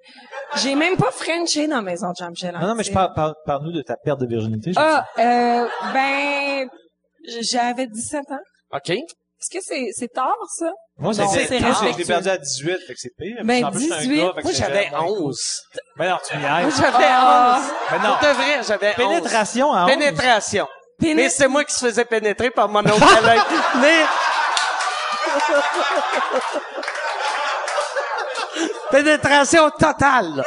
j'ai même pas frenché dans la maison de Jean-Michel Anctil.
Non, non, mais je parle, parle, parle-nous de ta perte de virginité. je
Ah, euh, ben, j- j'avais 17 ans.
OK.
Est-ce que c'est c'est tard ça Non,
Moi, j'ai
c'est respectueux.
j'ai perdu à 18, fait que c'est pire.
Ben,
En plus, je suis un
18.
gars, fait que
Moi,
c'est
j'avais
vraiment cool.
11.
Ben non, tu niaises.
J'avais
Ah.
11.
Ben non.
Pour de vrai, j'avais 11.
Pénétration à 11.
Pénétration.
Pénét-
Mais c'est moi qui se faisais pénétrer par mon autre collègue. Mais... Pénétration totale.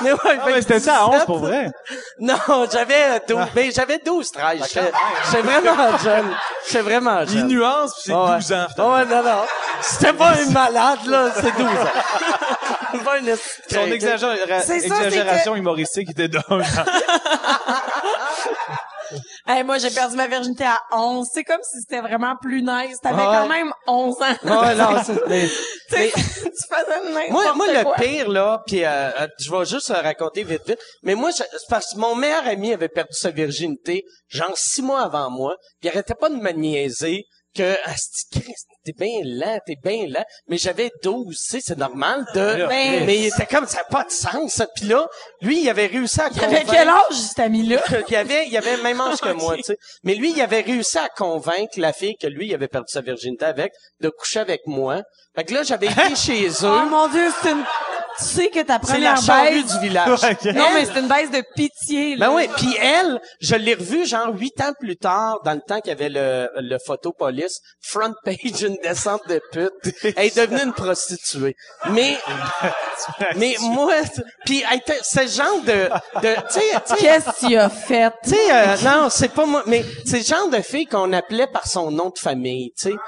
Mais ouais,
Ah,
fait que
mais c'était ça à 11
17.
pour vrai. Ah.
Non, j'avais 12, mais j'avais 12, 13. J'étais j'étais vraiment jeune. J'étais vraiment jeune.
nuance, puis c'est
Ah ouais.
12 ans.
Ah ouais, non, non. C'était pas un malade, là. C'est 12 ans. C'est pas une
Son exagéra-
C'est ça,
exagération humoristique était d'un an.
Eh, moi, j'ai perdu ma virginité à 11. C'est comme si c'était vraiment plus nice. T'avais
Ouais.
quand même 11 ans.
Ouais, non, c'est- Ah, mais-
Tu sais, tu faisais n'importe
moi, moi,
quoi.
le pire, là, puis euh, euh, je vais juste le raconter vite, vite, mais moi, je, c'est parce que mon meilleur ami avait perdu sa virginité, genre six mois avant moi, puis il arrêtait pas de me niaiser que, ah, c'est- Christ, t'es bien lent, t'es bien lent, mais j'avais 12, tu sais, c'est normal de...
Ben,
mais il était comme, ça n'a pas de sens, ça. puis là, lui, il avait réussi à
T'avais
convaincre-
quel âge, cet ami-là?
il y avait, il y avait le même âge que moi, tu sais. Mais lui, il avait réussi à convaincre la fille que lui, il avait perdu sa virginité avec, de coucher avec moi. Fait que là, j'avais été chez
Oh
eux.
mon dieu, c'est une... Tu sais que ta
C'est la
première
charrue
baisse...
du village.
Ouais, ok.
Non, mais c'est une baisse de pitié, là.
Ben oui, puis elle, je l'ai revue genre huit ans plus tard, dans le temps qu'il y avait le, le photopolice, front page, une descente de pute. Elle est devenue une prostituée. Mais, mais moi, puis elle était- c'est le genre de, de, tu sais, tu sais,
Qu'est-ce qu'il a fait?
Tu sais, euh, non, c'est pas moi, mais c'est le genre de fille qu'on appelait par son nom de famille, tu sais. Tu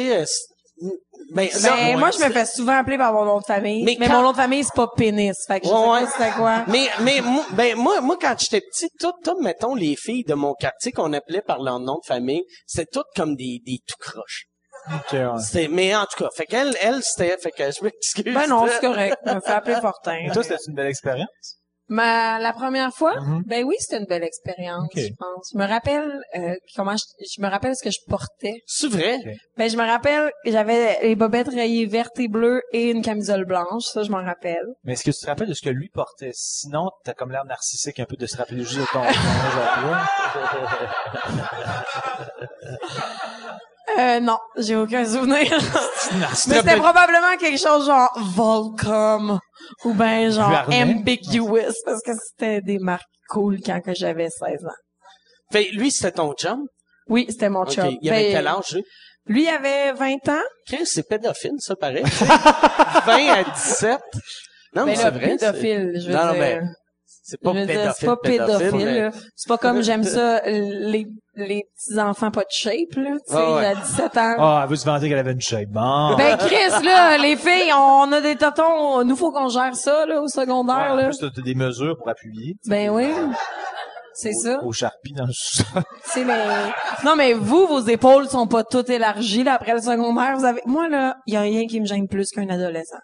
sais, euh, c'est- ben,
Ben,
non,
moi, je me fais souvent appeler par mon nom de famille.
Mais
Mais,
quand-
mon nom de famille, c'est pas pénis. Fait que je
Ouais, ouais.
sais pas c'était quoi.
Mais, mais, moi- ben, moi, moi, quand j'étais petit, toutes, toutes, mettons, les filles de mon quartier qu'on appelait par leur nom de famille, c'est toutes comme des, des tout croches.
Ok, ouais.
C'était, mais en tout cas, fait qu'elle, elle, c'était, fait que je m'excuse.
Ben non,
c'était-
c'est correct. Je me fais appeler Fortin.
Et toi, c'était une belle expérience?
Ma, la première fois,
Mm-hmm.
Mhm.
ben oui, c'était une belle expérience,
Ok.
je pense. Je me rappelle euh, comment je, je me rappelle ce que je portais.
C'est vrai?
Ben je me rappelle, j'avais les bobettes rayées vertes et bleues et une camisole blanche, ça je m'en rappelle.
Mais est-ce que tu te rappelles de ce que lui portait? Sinon, t'as comme l'air narcissique un peu de se rappeler juste de ton ton âge à toi.
Euh non, j'ai aucun souvenir. Mais
Narcissique.
c'était probablement quelque chose genre Volcom ou ben genre
Varnet.
Ambiguous parce que c'était des marques cool quand que j'avais 16 ans.
Fait, lui, c'était ton chum.
Oui, c'était mon
Ok.
chum.
Il avait
Ben,
quel âge, lui?
Lui il avait 20 ans.
Chris, c'est pédophile, ça, pareil. 20 à 17. Non, mais,
Mais
c'est
là,
vrai.
Ben pédophile,
c'est-
je veux
non, non,
dire.
mais C'est
Je
pas
veux dire,
pédophile,
c'est pas
pédophile,
pédophile.
mais-
là. C'est pas comme j'aime ça les les petits enfants pas de shape là, tu sais,
Ah ouais. Ah.
à 17 ans.
Ah, elle veut se vanter qu'elle avait une shape. Bon.
Ben Chris là, les filles, on a des tontons, nous faut qu'on gère ça là au secondaire
Ouais, en
là.
plus, t'as t'as des mesures pour appuyer.
Ben oui. C'est ça.
Au charpie dans le sous-sol.
Tu sais, mais... Non, mais vous, vos épaules sont pas toutes élargies, là, après le secondaire. Vous avez... Moi, là, il y a rien qui me gêne plus qu'un adolescent.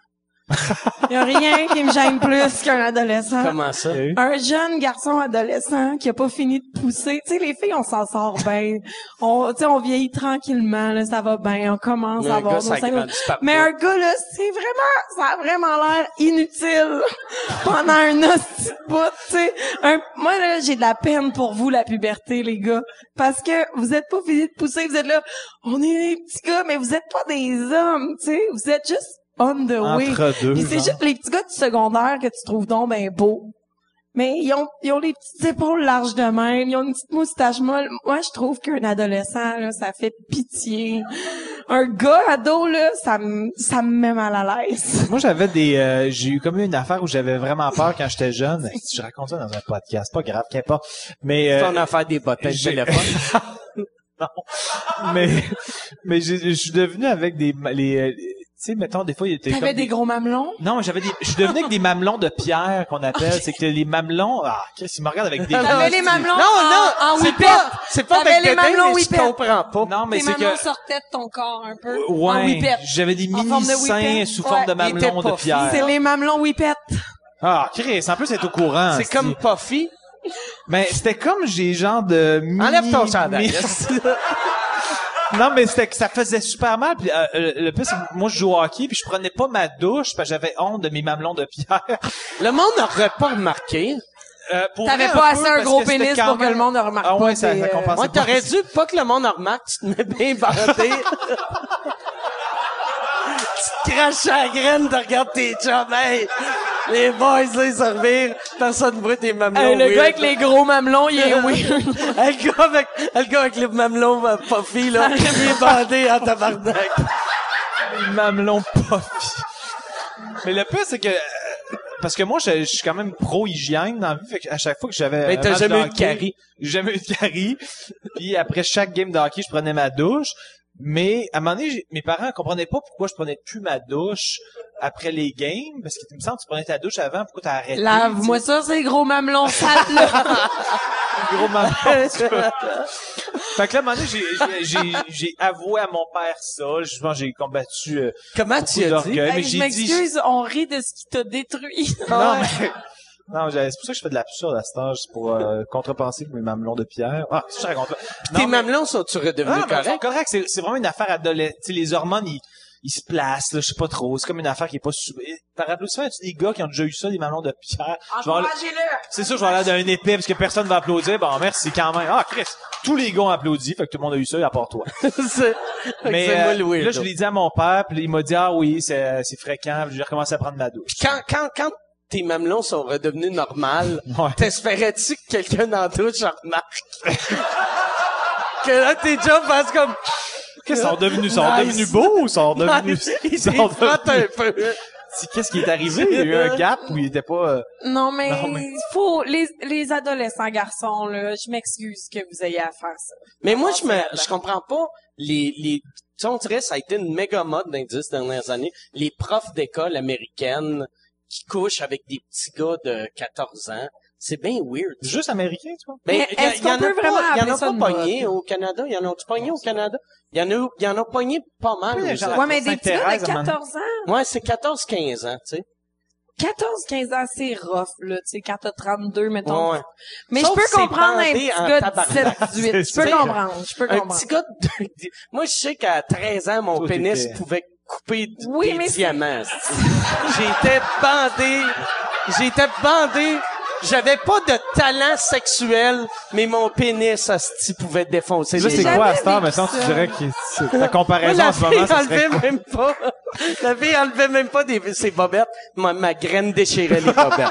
Il y a rien qui me gêne plus qu'un adolescent.
Comment ça?
T'as eu?
Un jeune garçon adolescent qui a pas fini de pousser. Tu sais, les filles, on s'en sort bien. On, tu sais, on vieillit tranquillement, là, ça va bien. On commence
Mais
à
un
avoir
gars,
nos
ça
cinq-
grandit partout.
Mais un gars, là, c'est vraiment, ça a vraiment l'air inutile pendant un hostie de bout, tu sais. Un- Moi, là, j'ai de la peine pour vous, la puberté, les gars. Parce que vous êtes pas fini de pousser, vous êtes là, on est des petits gars, mais vous êtes pas des hommes, tu sais. Vous êtes juste on the way.
Entre deux.
Puis c'est
genre.
juste les petits gars du secondaire que tu trouves donc ben beaux. Mais ils ont, ils ont les petites épaules larges de même, ils ont une petite moustache molle. Moi, je trouve qu'un adolescent, là, ça fait pitié. Un gars ado, là, ça me, ça me met mal à l'aise.
Moi, j'avais des, euh, j'ai eu comme une affaire où j'avais vraiment peur quand j'étais jeune. Si je raconte ça dans un podcast, pas grave, qu'importe. Mais,
C'est
euh,
ton affaire des bottins de
j'ai-
téléphone.
mais, mais j'ai- je suis devenu avec des, ma- les, euh, tu sais, mettons, des fois, il était
T'avais
comme
des gros mamelons?
Non, mais j'avais des, je suis devenu avec des mamelons de pierre qu'on appelle. C'est que les mamelons, ah, qu'est-ce qu'ils me regardent avec des
T'avais les mamelons en, en
c'est
whippet.
pas, c'est pas
T'avais
avec
les
des
mamelons
mais je
whippet.
comprends pas.
Non, mais
Tes
c'est
mamelons
que, Euh,
sortaient de ton corps un peu. en
ouais,
whippet.
j'avais des
En forme de
mini seins
whippet.
sous forme de
Ouais,
ils étaient
mamelons de
puffy.
C'est
pierre.
les mamelons whippet.
Ah, Chris, en plus, c'est au courant.
C'est comme Puffy.
Mais c'était comme j'ai genre de mini-
Enlève ton chandail.
mini- Non, mais c'était que ça faisait super mal. Puis, euh, euh, le plus, moi, je jouais au hockey, puis je prenais pas ma douche, parce que j'avais honte de mes mamelons de pierre.
Le monde n'aurait pas remarqué.
Ah,
Euh, pour
T'avais
vrai,
pas
peu,
assez un
parce
gros
que c'était
pénis
quand
pour que
même-
le monde ne remarque
Ah
pas
ouais, ça,
tes,
ça
euh,
compense
Moi,
pas.
t'aurais dû pas que le monde en remarque, tu te mets bien bandé. tu te craches à la graine, tu regardes tes chums, hey, les boys, là, ils servirent, personne ne voit tes mamelons.
Hey, le
weird.
gars avec les gros mamelons, il est weird.
Hey, le gars avec, le gars avec les mamelons, euh, puffy, là, il est bandé en tabarnak.
mamelon puffy. Mais le pire, c'est que, euh, parce que moi, je, je suis quand même pro-hygiène dans la vie, fait que à chaque fois que j'avais...
Mais
un
t'as
match
jamais
de
eu de
hockey,
carie.
J'ai jamais eu de carie. Puis après chaque game de hockey, je prenais ma douche. Mais à un moment donné, j'ai- mes parents comprenaient pas pourquoi je prenais plus ma douche après les games, parce qu'il me semble que tu prenais ta douche avant, pourquoi t'as arrêté?
Lave-moi ça, ces gros mamelons sales, là.
Gros mamelon, tu vois. fait que là, à un moment donné, j'ai, j'ai, j'ai, j'ai avoué à mon père ça. Je pense que j'ai combattu euh,
Comment
beaucoup
tu as dit?
d'orgueil, mais
Hey, je
j'ai dit...
m'excuse, on rit de ce qui t'a détruit.
Non, mais... Non, j'ai- c'est pour ça que je fais de l'absurde à cet âge, c'est pour euh, contrepenser mes mamelons de pierre. Ah, c'est ça que je raconte pas.
Tes
Non, mais- Ah,
mamelons sont-tu
Non,
redevenus
non, mais c'est
corrects?
correct. C'est c'est vraiment une affaire adolescente. Les hormones, ils, ils se placent, là, je sais pas trop. C'est comme une affaire qui est pas... sou- Et Par applaudissement, tu des gars qui ont déjà eu ça, des mamelons de pierre?
Ah,
Je vais avoir- C'est sûr, je vais avoir l'air d'un épée, parce que personne va applaudir. Bon, merci quand même. Ah, Chris, tous les gars ont applaudi, fait que tout le monde a eu ça, à part toi.
C'est-
Mais
c'est moi le
euh, là,
weirdo.
je l'ai dit à mon père, puis il m'a dit « Ah oui, c'est c'est fréquent. » Puis J'ai recommencé à prendre ma douche.
Quand, quand, quand tes mamelons sont redevenus normales,
Ouais.
t'espérais-tu que quelqu'un dans la douche en remarque? que là, tes jobs passent comme...
Qu'est-ce qu'ils sont devenus? Ils sont
Nice.
devenus beaux ou ils sont devenus...
Ils
sont
frottent un peu.
Si- Qu'est-ce qui est arrivé? Il y a eu un gap où il était pas... euh,
Non, mais,
Non, mais-
faut, les, les adolescents garçons, là, je m'excuse que vous ayez à faire ça.
Mais moi, je me, je comprends pas les, les, tu sais, on dirait, ça a été une méga mode dans les dix dernières années. Les profs d'école américaines qui couchent avec des petits gars de 14 ans. C'est bien weird.
Juste américain, tu vois?
Mais
y a-
est-ce
y en
qu'on
a
peut
pas-
vraiment
y en
appeler
a
ça
pas
une
pogné au Canada? Y en a-tu pogné au Canada? Y en a, y en a pogné pas mal.
Oui,
aux
genre-
États.
Ouais, mais des petits gars de
Sainte-Thérèse, à un moment
14 ans,
Ouais, c'est 14, 15 ans, tu sais.
14, 15 ans, c'est rough, là, tu sais, quand t'as 32, mettons.
Ouais.
Mais
Sauf
je peux
que c'est
comprendre un
bandé
petit
en
gars de
tabarnak.
17, 18. Je
C'est
peux
ça.
comprendre, je peux
Un
comprendre.
petit gars de... Moi, je sais qu'à 13 ans, mon
Toi,
pénis
t'étais-
pouvait couper d-
Oui,
des
mais c'est-
diamants. J'étais bandé. J'étais bandé. J'avais pas de talent sexuel, mais mon pénis, asti, pouvait défoncer
Là,
les
c'est
gens.
jamais
quoi à cette heure,
vécu
maintenant,
ça.
tu dirais que c'est- ta
Moi,
comparaison
la
en ce moment,
fille
ça serait
enlevait même pas, la fille enlevait même pas des, ses bobettes. Ma, ma graine déchirait les bobettes.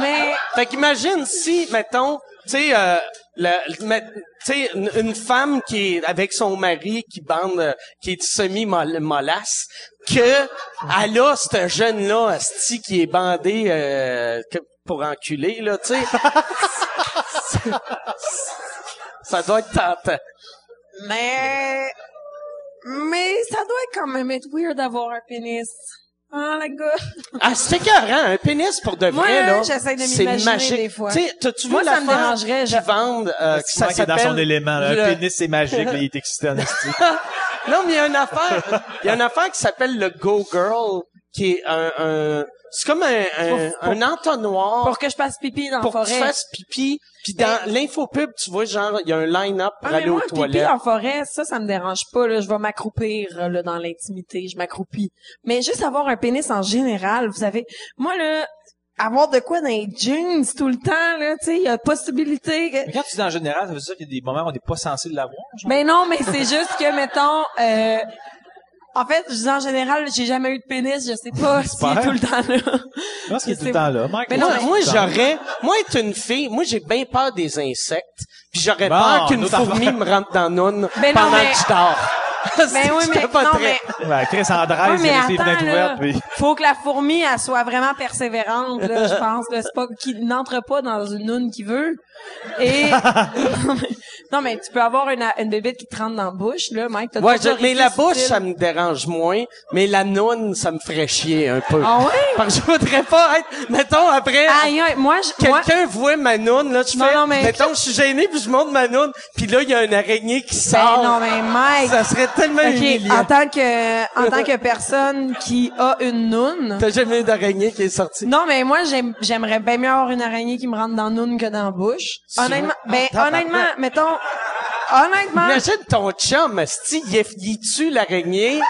Mais,
Fait qu'imagine si, mettons, tu sais, euh, la- met- tu sais, une, une femme qui est avec son mari qui bande, euh, qui est semi-mollasse, que elle a ce jeune-là, asti, qui est bandé, euh, que- pour enculer, là, tu sais. ça doit être tentant.
Mais, mais ça doit quand même être weird d'avoir un pénis. Ah, la gars.
Ah, c'est écœurant, un pénis pour de vrai,
Moi,
là.
j'essaie de
c'est
m'imaginer
magique.
des fois.
Tu sais, t'as-tu
Moi,
vu
ça
la
me
femme
dérangerait,
qui
je-
vende, euh, que ça
Souvent, il est dans son
s'appelle
élément. là. Un
le-
pénis, c'est magique. là, il est excité en esti.
Non, mais il y a une affaire, il y a une affaire qui s'appelle le Go Girl, qui est un, un- c'est comme un, un, un entonnoir.
Pour que je passe pipi dans
pour
la
que tu
forêt.
fasses pipi. Puis dans l'infopub, tu vois, genre, il y a un line-up pour
Ah, mais
aller aux
moi, un pipi
toilettes.
en forêt, ça, ça me dérange pas, là. Je vais m'accroupir, euh, là, dans l'intimité. Je m'accroupis. Mais juste avoir un pénis en général, vous savez. Moi, là, avoir de quoi dans les jeans tout le temps, là, tu sais, il y a possibilité que...
Mais quand tu dis en général, ça veut dire qu'il y a des moments où on n'est pas censé l'avoir. genre?
Mais non, mais c'est juste que, mettons, euh, en fait, je dis en général, j'ai jamais eu de pénis, je sais pas si
J'espère.
tout le temps là.
Je pense qu'il est tout
c'est-
le temps là. Mike,
Mais
il
non,
est
Moi,
tout
moi
le temps là.
j'aurais, moi être une fille, moi j'ai bien peur des insectes, puis j'aurais
Bon,
peur qu'une
notre
fourmi me rentre dans noun
Ben non,
pendant
mais-
que je dors.
Mais Ben oui, mais non, mais,
Ouais, Chris Andrés,
oui,
il
mais
a laissé les
attends,
fenêtres
là,
ouvertes. Puis...
faut que la fourmi, elle soit vraiment persévérante, là, je pense, là, c'est pas qu'il n'entre pas dans une noune qui veut. Et non, mais tu peux avoir une, une bébête qui te rentre dans la bouche, là, Mike. t'as
Ouais,
toujours
je- mais
été
la bouche,
subtil.
ça me dérange moins, mais la noun, ça me ferait chier un peu.
Ah ouais?
Parce que je voudrais pas être, mettons, après,
Aïe, aïe, moi, je, moi,
quelqu'un voit ma noun, là, tu
Non,
fais,
non, mais-
mettons, je suis gêné, puis je monte ma noun, puis là, il y a une araignée qui
Ben
sort.
non, mais Mike.
Ça serait tellement
OK,
humiliant.
en tant que en tant que personne qui a une noune.
T'as jamais eu d'araignée qui est sortie.
Non, mais moi j'aime- j'aimerais bien mieux avoir une araignée qui me rentre dans la noune que dans la bouche. Honnêtement,
Ah,
ben honnêtement, mettons honnêtement,
Imagine ton chum, esti, il, est- il tue l'araignée.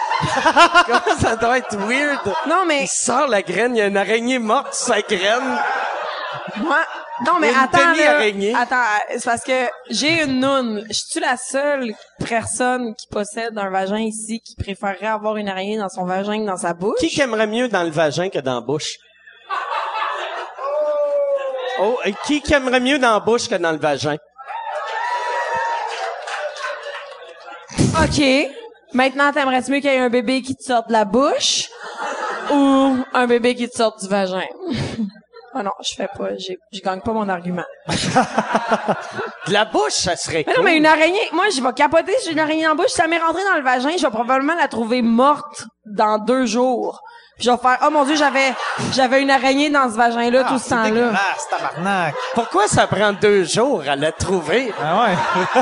Comment ça doit être weird?
non mais
Il sort la graine, il y a une araignée morte sur sa graine.
moi non mais
Une
attends
demi-araignée.
là, attends, c'est parce que j'ai une noune. Je suis la seule personne qui possède un vagin ici qui préférerait avoir une araignée dans son vagin que dans sa bouche.
Qui aimerait mieux dans le vagin que dans la bouche? Oh, euh, qui aimerait mieux dans la bouche que dans le vagin?
OK. Maintenant, t'aimerais-tu mieux qu'il y ait un bébé qui te sorte de la bouche ou un bébé qui te sorte du vagin? oh non, je fais pas, j'ai- je gagne pas mon argument.
De la bouche, ça serait
Mais non,
cool.
mais une araignée, moi, je vais capoter si j'ai une araignée en bouche. Si ça m'est rentrée dans le vagin, je vais probablement la trouver morte dans deux jours. Puis je vais faire, oh mon dieu, j'avais, j'avais une araignée dans ce vagin-là tout ce temps-là.
Ah, c'est tabarnak.
Pourquoi ça prend deux jours à la trouver?
Ah ouais.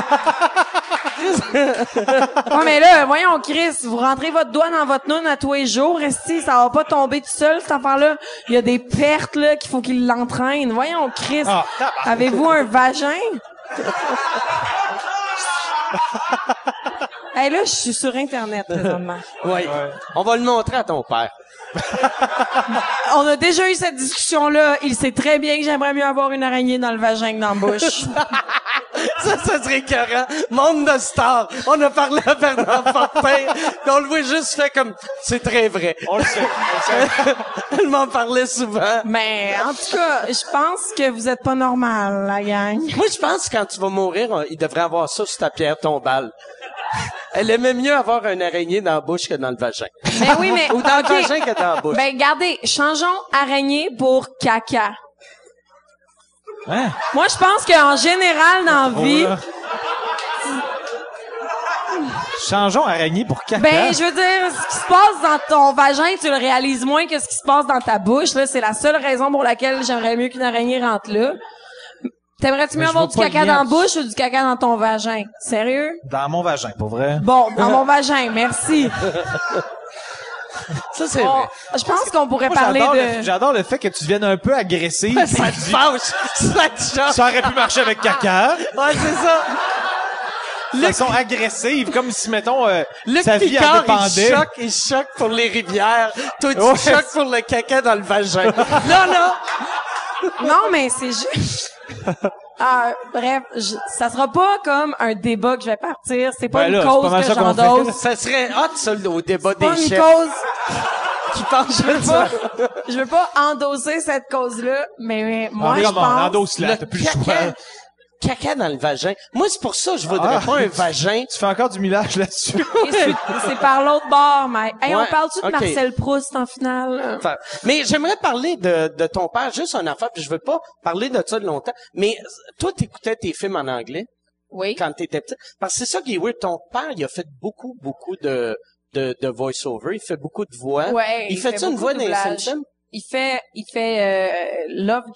Ouais, mais là, voyons, Chris, vous rentrez votre doigt dans votre noun à tous les jours, restez, ça va pas tomber tout seul, cette affaire-là. Il y a des pertes, là, qu'il faut qu'il l'entraîne. Voyons, Chris,
Ah, tabarnak.
avez-vous un vagin? hey, là, je suis sur Internet, présentement.
Oui. On va le montrer à ton père.
On a déjà eu cette discussion-là. Il sait très bien que j'aimerais mieux avoir une araignée dans le vagin que dans la bouche.
Ça, ça serait écœurant. Monde de stars. On a parlé à Bernard Fortin. puis on le voit juste fait comme, c'est très vrai.
On le sait. On le sait.
Elle m'en parlait souvent.
mais, en tout cas, je pense que vous êtes pas normal, la gang.
Moi, je pense que quand tu vas mourir, on- il devrait avoir ça sur ta pierre tombale. Elle aimait mieux avoir un araignée dans la bouche que dans le vagin.
Mais Ben oui, mais.
Ou dans
ok.
le vagin que dans la bouche.
Ben, regardez, changeons araignée pour caca.
Hein?
Moi, je pense qu'en général, dans
Oh,
la vie,
Voilà. Changeons araignée pour caca.
ben, je veux dire, ce qui se passe dans ton vagin, tu le réalises moins que ce qui se passe dans ta bouche, là. C'est la seule raison pour laquelle j'aimerais mieux qu'une araignée rentre là. T'aimerais-tu
Mais
mieux
Ben, je
avoir
vois
du
pas le
caca
lien.
dans la bouche ou du caca dans ton vagin? Sérieux?
Dans mon vagin, pour vrai.
Bon, dans mon vagin, merci.
Ça, c'est
Bon,
vrai.
je pense qu'on pourrait
Moi,
parler
j'adore le-
de...
J'adore le fait que tu viennes un peu agressif.
Ça te fâche. Ça te choque.
Ça aurait pu marcher avec caca.
Ouais, c'est ça.
De façon agressive, comme si, mettons, euh,
Luc
sa vie en
Picard, il
dépendait.
choque, il choque pour les rivières. Toi, tu
Ouais.
choques pour le caca dans le vagin. non, non.
Non, mais c'est juste... Ah, bref, je- ça sera pas comme un débat que je vais partir. C'est pas
Ben là,
une
c'est pas
cause
mal
que
ça qu'on fait,
j'endosse.
Ça serait hot, ça, au débat
pas
des
une
chefs.
cause.
Qui parle de
Je veux
ça.
pas- je veux pas endosser cette cause-là, mais moi,
Ah, mais
je
comment,
pense.
endosse-la, t'as plus le choix.
caca dans le vagin. Moi, c'est pour ça que je voudrais
Ah.
pas un vagin.
Tu fais encore du millage là-dessus.
Et c'est c'est par l'autre bord, mais Hey,
Ouais,
on parle-tu de
ok.
Marcel Proust en finale?
Enfin, mais j'aimerais parler de, de ton père, juste un affaire, puis je veux pas parler de ça de longtemps. Mais euh, toi, t'écoutais tes films en anglais
Oui.
quand t'étais petit. Parce que c'est ça qui est weird. Ton père, il a fait beaucoup, beaucoup de, de, de voice-over. Il fait beaucoup de voix.
Ouais,
il fait-tu une
beaucoup
voix
de
dans les
doublage.
Simpsons?
Il fait, il fait euh,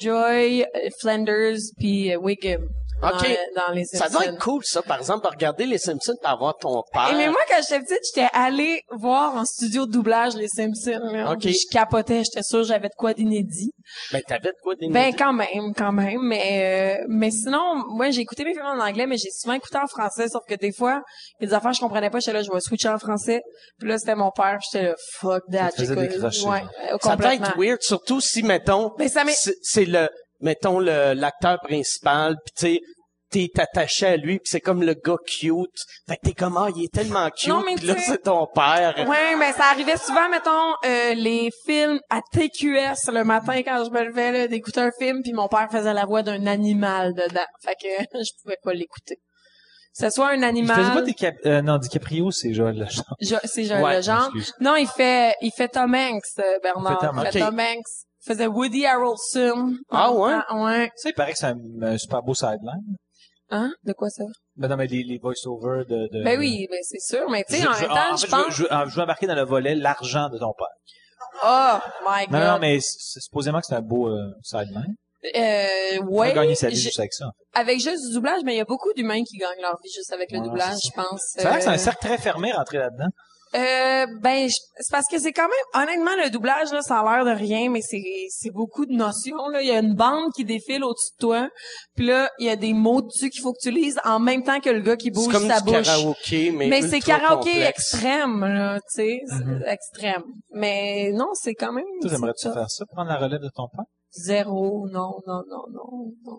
Lovejoy, euh, Flanders, puis euh, Wiggum dans,
Ok.
dans les
Ça
Simpsons.
doit être cool, ça, par exemple, de regarder les Simpsons et avoir ton père.
Et mais moi, quand j'étais petite, j'étais allée voir en studio de doublage les Simpsons. là.
Ok.
Puis Je capotais, j'étais sûre que j'avais de quoi d'inédit.
Ben, t'avais de quoi des
Ben quand même, quand même. Mais euh, mais sinon, moi j'ai écouté mes films en anglais, mais j'ai souvent écouté en français, sauf que des fois, il y a des affaires que je comprenais pas, j'étais là, je vais switcher en français. Puis là, c'était mon père, puis j'étais là, fuck that.
faisait
j'écoute-
décrocher.
Ouais, euh,
Ça doit
complètement.
être weird, surtout si, mettons,
Mais ça m'est-
c'est c'est le, mettons, le- l'acteur principal, pis tu sais, t'es attaché à lui, pis c'est comme le gars cute. Fait que t'es comme, ah, il est tellement cute,
Non, mais
pis là,
tu sais-
c'est ton père.
Ouais, ben ça arrivait souvent, mettons, euh, les films à TQS le matin quand je me levais là, d'écouter un film, puis mon père faisait la voix d'un animal dedans. Fait que je pouvais pas l'écouter. Que ce soit un
Je faisais pas
animal,
des cap... euh, non, DiCaprio, c'est Joël Legendre.
jo- c'est genre
Ouais,
le genre.
excuse.
Non, il fait, il fait Tom Hanks, euh, Bernard.
Il fait Tom
Il fait
Hanks.
Tom Hanks. Il faisait Woody Harrelson.
Ah ouais?
ouais.
Tu sais, il paraît que c'est un, un super beau sideline.
Hein? De quoi ça?
Ben non, mais les, les voice-overs de, de...
Ben oui, ben c'est sûr, mais tu sais, en
Je-
même temps,
en
je
fait,
pense...
veux- Je, veux- je veux embarquer dans le volet l'argent de ton père.
Oh my God.
Non, non, mais c'est- c'est supposément que c'est un beau euh, sideline.
Euh,
On
ouais.
a gagné sa vie
Ben, je-
juste avec ça.
avec juste du doublage, mais il y a beaucoup d'humains qui gagnent leur vie juste avec le
Ouais,
doublage,
c'est
je pense.
C'est vrai que c'est
Euh,
un cercle très fermé rentré là-dedans.
euh, ben, je- c'est parce que c'est quand même, honnêtement, le doublage, là, ça a l'air de rien, mais c'est, c'est beaucoup de notions, là. Il y a une bande qui défile au-dessus de toi, puis là, il y a des mots dessus qu'il faut que tu lises en même temps que le gars qui
C'est
bouge
comme
sa
du
bouche.
karaoké, mais
mais
ultra
c'est karaoké
complexe.
extrême, là, tu sais, c'est extrême. Mais non, c'est quand même...
Mhm. Toi, aimerais-tu
c'est
faire ça, prendre la relève de ton père?
Zéro, non, non, non, non, non.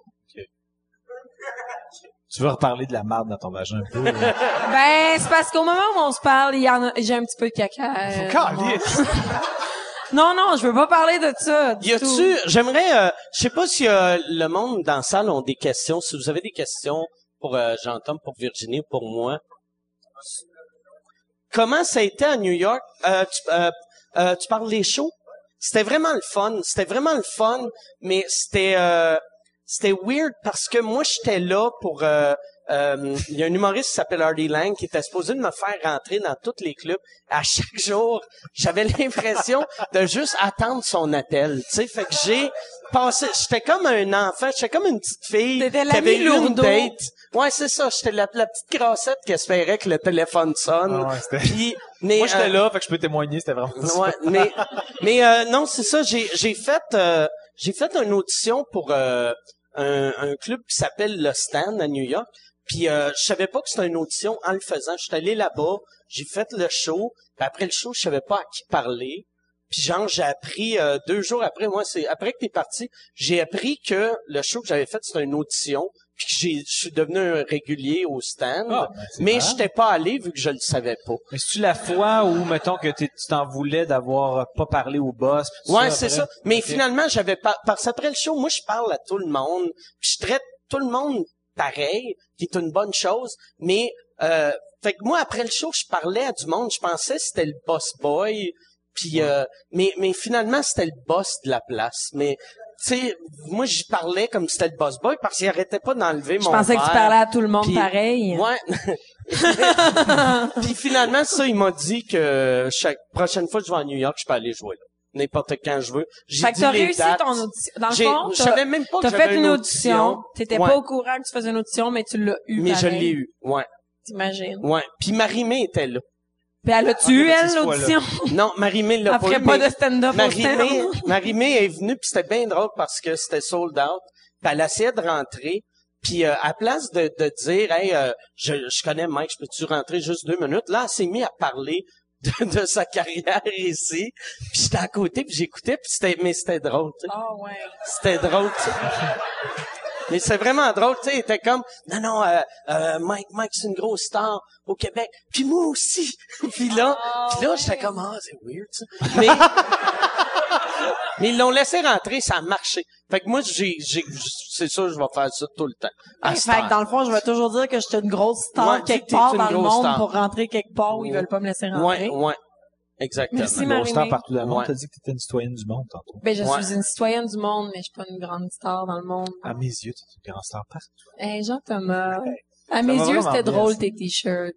Tu veux reparler de la marde dans ton vagin un peu. là.
Ben, c'est parce qu'au moment où on se parle, il y en a, j'ai un petit peu de caca. euh, dans mon- Non, non, je veux pas parler de ça. du
Y
tout.
a-tu, j'aimerais, euh, je sais pas si euh, le monde dans la salle ont des questions, si vous avez des questions pour euh, Jean-Tom, pour Virginie, ou pour moi. Comment ça a été à New York? Euh, tu, euh, euh, tu parles des shows? C'était vraiment le fun, c'était vraiment le fun, mais c'était euh, c'était weird parce que moi j'étais là pour euh, euh, il y a un humoriste qui s'appelle Hardy Lang qui était supposé de me faire rentrer dans tous les clubs. À chaque jour, j'avais l'impression de juste attendre son appel. Tu sais, fait que j'ai passé, j'étais comme un enfant, j'étais comme une petite fille
T'étais
qui avait
l'ami
eu une
lourdeau.
date. Ouais, c'est ça. J'étais la, la petite grassette qui espérait que le téléphone sonne.
Ah ouais, c'était-
Puis, mais,
Moi, j'étais
euh,
là, fait que je peux témoigner, c'était vraiment ça.
Ouais, mais mais euh, non, c'est ça. J'ai j'ai fait euh, j'ai fait une audition pour euh, un, un club qui s'appelle Le Stand à New York. Puis euh, je savais pas que c'était une audition en le faisant. Je suis allé là-bas, j'ai fait le show. Puis après le show, je savais pas à qui parler. Puis genre, j'ai appris euh, deux jours après, moi, c'est après que t'es parti, j'ai appris que le show que j'avais fait, c'était une audition. Puis que j'ai- je suis devenu un régulier au stand.
Ah, ben, c'est
mais
marrant.
j'étais pas allé vu que je le savais pas.
Mais c'est-tu la fois où, mettons, que t'es- tu t'en voulais d'avoir euh, pas parlé au boss? pis tout
Ouais,
ça,
c'est
après?
ça. Mais
Ok.
finalement, j'avais pas, parce après le show, moi, je parle à tout le monde, puis je traite tout le monde pareil, qui est une bonne chose, mais, euh, fait que moi, après le show, je parlais à du monde, je pensais que c'était le boss boy, puis, euh, mais, mais finalement, c'était le boss de la place, mais, tu sais, moi, j'y parlais comme si c'était le boss boy parce qu'il arrêtait pas d'enlever
Je
mon
pensais que tu
verre.
parlais à tout le monde
Puis-
pareil.
Ouais. Puis finalement, ça, il m'a dit que chaque prochaine fois que je vais à New York, je peux aller jouer là. N'importe quand je veux. J'ai
Fait que
dit
t'as
les
réussi
dates.
ton audition. Dans le
J'ai-
fond,
je
t'as-
savais même pas que
t'as
j'avais
fait une audition. T'étais
Ouais.
pas au courant que tu faisais une audition, mais tu l'as eu.
Mais je
pareil,
l'ai eu. Ouais.
T'imagines.
Ouais. Puis Marie-Mé était là.
Puis elle a-tu eu,
Ah,
elle,
c'est ce
l'audition?
Non, Marie-Mé l'a
Elle
pas
ferait
eu,
pas
mais
de stand-up au
Marie-Mé,
stand.
Marie-Mé est venue puis c'était bien drôle parce que c'était sold out. Puis elle essayait de rentrer. Puis euh, à place de, de dire, hey, euh, je, je connais Mike, je peux-tu rentrer juste deux minutes? Là, elle s'est mise à parler de, de sa carrière ici. Puis j'étais à côté puis j'écoutais puis c'était, mais c'était drôle. tu sais.
Ah ouais.
C'était drôle, tu sais. Mais c'est vraiment drôle, tu sais, il était comme, non, non, euh, euh, Mike, Mike, c'est une grosse star au Québec, puis moi aussi. puis là, puis là, j'étais comme, ah, c'est weird, ça. Mais, mais ils l'ont laissé rentrer, ça a marché. Fait que moi, j'ai, j'ai, c'est sûr, je vais faire ça tout le temps. À
Fait
cette
que
heure.
dans le fond, je vais toujours dire que je suis une grosse star
Ouais, dis que
quelque
t'es
part
une
dans le
grosse
monde
star.
pour rentrer quelque part où ils veulent pas me laisser
Ouais,
rentrer.
ouais. Exactement.
Merci,
Bon,
Marie-Mé.
star partout dans le monde.
Ouais.
T'as dit que t'étais une citoyenne du monde, tantôt.
Ben, je
Ouais.
suis une citoyenne du monde, mais je suis pas une grande star dans le monde.
À mes yeux, t'es une grande star partout.
Hey, Jean-Thomas. À
va
mes yeux,
vraiment
c'était
bien,
drôle,
ça.
tes t-shirts.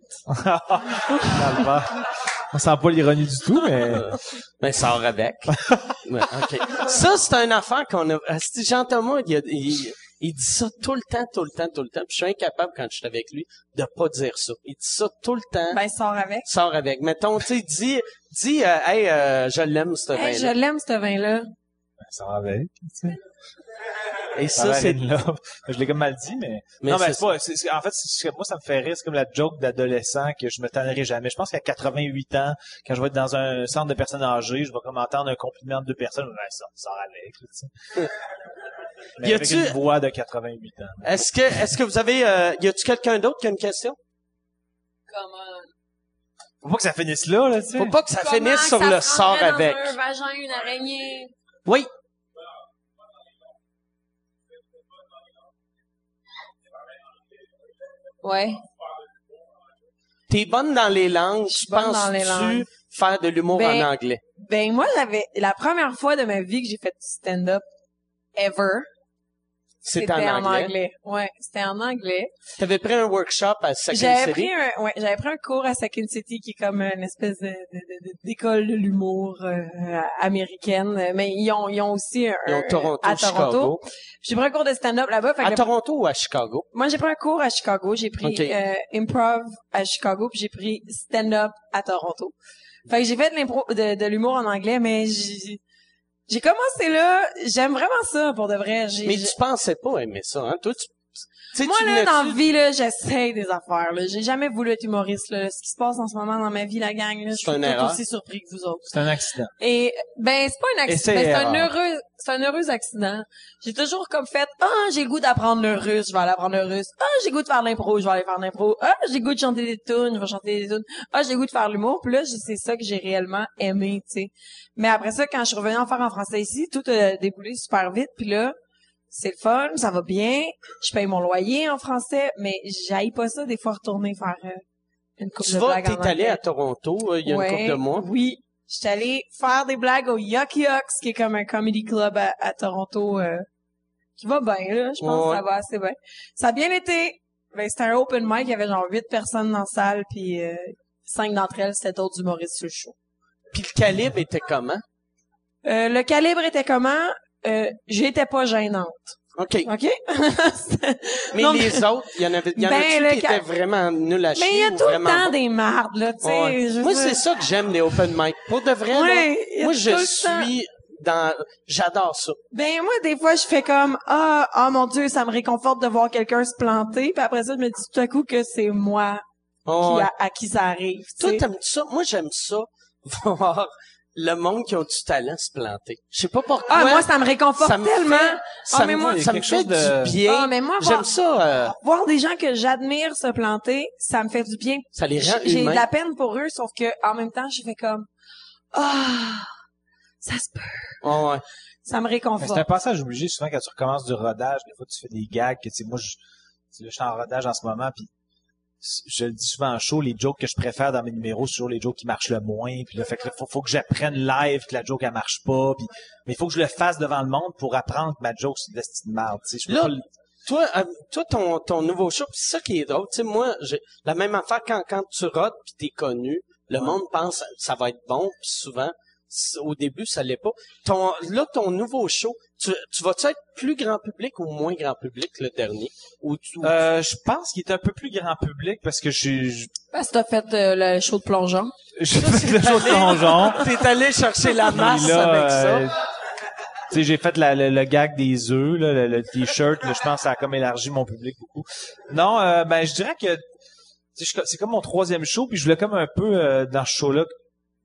Calvaire. On sent pas l'ironie du tout, mais
Ben, sors avec. Ouais, ok. Ça, c'est un enfant qu'on a... Asti, Jean-Thomas, il, a- il- il dit ça tout le temps, tout le temps, tout le temps. Puis je suis incapable, quand je suis avec lui, de pas dire ça. Il dit ça tout le temps.
Ben, sors avec.
Sors avec. Mettons, tu sais, dis, dis, euh, hey, euh, je l'aime, ce
Hey, je
vin-là.
l'aime, ce vin-là.
ça va avec. tu sais.
Et
Ça,
ça,
va
c'est...
avec, là. Je l'ai comme mal dit, mais.
Mais
non, mais
c'est
c'est pas. c'est- c'est- en fait, c'est- moi, ça me fait rire. C'est comme la joke d'adolescent que je me tannerai jamais. Je pense qu'à 88 ans, quand je vais être dans un centre de personnes âgées, je vais comme entendre un compliment de deux personnes. Ben, ça, ça va avec. là, tu sais. Mais
Y
avec
a-tu-
une voix de 88 ans.
Est-ce que, est-ce que vous avez, euh, y a-tu quelqu'un d'autre qui a une question?
Comment?
Faut pas que ça finisse là, là, tu sais.
Faut pas que ça finisse sur le sort avec.
un vagin, une araignée.
Oui.
Ouais.
T'es bonne dans les langues. Je
bonne dans les langues.
Penses-tu faire de l'humour
Ben,
en anglais?
Ben, moi, j'avais, la première fois de ma vie que j'ai fait du stand-up ever,
C'était
c'était
en anglais.
en anglais. Ouais, c'était en anglais.
T'avais pris un workshop à Second
J'avais
City.
pris un, ouais, j'avais pris un cours à Second City qui est comme une espèce de- de- de- de- d'école de l'humour euh, américaine, mais ils ont ils ont aussi un,
Ils ont Toronto,
à Toronto.
Chicago.
J'ai pris un cours de stand-up là-bas. Fait que
À
le-
Toronto ou à Chicago?
moi j'ai pris un cours à Chicago, j'ai pris
Ok.
euh, improv à Chicago puis j'ai pris stand-up à Toronto. Fait que j'ai fait de l'impro de, de l'humour en anglais, mais j'ai j'ai commencé là. J'aime vraiment ça pour de vrai. J'ai-
Mais
j'ai-
tu pensais pas aimer ça, hein? Toi, tu... tu sais,
Moi,
tu
là,
venais-tu-
dans la vie, là, j'essaie des affaires, là. J'ai jamais voulu être humoriste, là. Ce qui se passe en ce moment dans ma vie, la gang, là, je suis
une
tout
erreur.
aussi surpris que vous autres.
C'est un accident.
Et, ben, c'est pas un
Essai
accident, ben, c'est un
erreur.
heureux, c'est un heureux accident. J'ai toujours comme fait, ah, j'ai le goût d'apprendre le russe, je vais aller apprendre le russe. Ah, j'ai le goût de faire de l'impro, je vais aller faire de l'impro. Ah, j'ai le goût de chanter des tunes, je vais chanter des tunes. Ah, j'ai le goût de faire de l'humour. Puis là, j'ai- c'est ça que j'ai réellement aimé, tu sais. Mais après ça, quand je suis revenue en faire en français ici, tout a déboulé super vite. Puis là, c'est le fun, ça va bien. Je paye mon loyer en français, mais j'aille pas ça des fois retourner faire euh, une coupe
Tu
de
vas,
blagues en
t'es allé
anglais.
à Toronto euh, il y a
Ouais,
une couple de mois.
Oui. J'étais allée faire des blagues au Yuck Yucks, qui est comme un comedy club à, à Toronto, euh, qui va bien, là. Je pense
Ouais.
que ça va assez bien. Ça a bien été. Ben, c'était un open mic, il y avait genre huit personnes dans la salle, puis euh, cinq d'entre elles, c'était d'autres humoristes sur le show.
Puis le calibre était comment?
Euh, le calibre était comment? Euh, j'étais pas gênante.
OK.
OK?
Mais
Non,
les autres, il y en avait, il y en
Ben,
a-tu
le
qui
ca-
étaient vraiment nuls à chier
Mais il y a
ou
tout le
vraiment
temps
bons?
des mardes, là, tu sais.
Ouais.
je veux
Moi,
dire.
c'est ça que j'aime des open mic. Pour de vrai, là,
Ouais, il y a
moi,
tout
je
le temps-
suis dans, j'adore ça.
Ben moi des fois je fais comme ah oh, mon dieu ça me réconforte de voir quelqu'un se planter puis après ça je me dis tout à coup que c'est moi
Oh,
qui a- à qui ça arrive. tu
Toi,
sais.
t'aimes ça? Moi, j'aime ça, voir le monde qui a du talent se planter. Je sais pas pourquoi.
ah moi ça me réconforte
ça me
tellement
fait- ça
mais
me,
moi,
il y a
ça me
quelque
fait
chose de-
du bien.
Ah, mais moi, voir-
J'aime ça, euh,
voir des gens que j'admire se planter ça me fait du bien.
ça les rend
J'ai j'ai de
humains.
la peine pour eux sauf que en même temps je fais comme ah ça se peut
Ouais, ouais.
ça me
Mais C'est un
réconforte.
passage obligé souvent quand tu recommences du rodage. Des fois, tu fais des gags que, tu sais, moi, je, tu sais, là, je suis en rodage en ce moment, puis je le dis souvent en show, les jokes que je préfère dans mes numéros, c'est toujours les jokes qui marchent le moins. Puis là, fait que là, faut, faut que j'apprenne live que la joke, elle marche pas. Puis, mais il faut que je le fasse devant le monde pour apprendre que ma joke, c'est de la petite merde. Tu sais, je peux
Là,
pas le-
Toi, euh, toi, ton, ton nouveau show, pis c'est ça qui est drôle. Tu sais, moi, j'ai la même affaire quand, quand tu rodes pis t'es connu, le monde pense ça va être bon pis souvent, c- au début, ça l'est pas. Ton, là, ton nouveau show, tu, tu vas-tu être plus grand public ou moins grand public que le dernier? Ou tu, ou-
Euh, je pense qu'il est un peu plus grand public parce que je, je,
Parce que t'as fait euh, le show de plongeon.
je fais le show de plongeon.
t'es allé chercher la masse
Puis là,
avec ça?
euh, tu sais, j'ai fait la- le, le gag des œufs, là, le, le t-shirt. là, Je pense que ça a comme élargi mon public beaucoup. Non, euh, ben je dirais que tu sais, je- c'est comme mon troisième show, puis je voulais comme un peu euh, dans ce show-là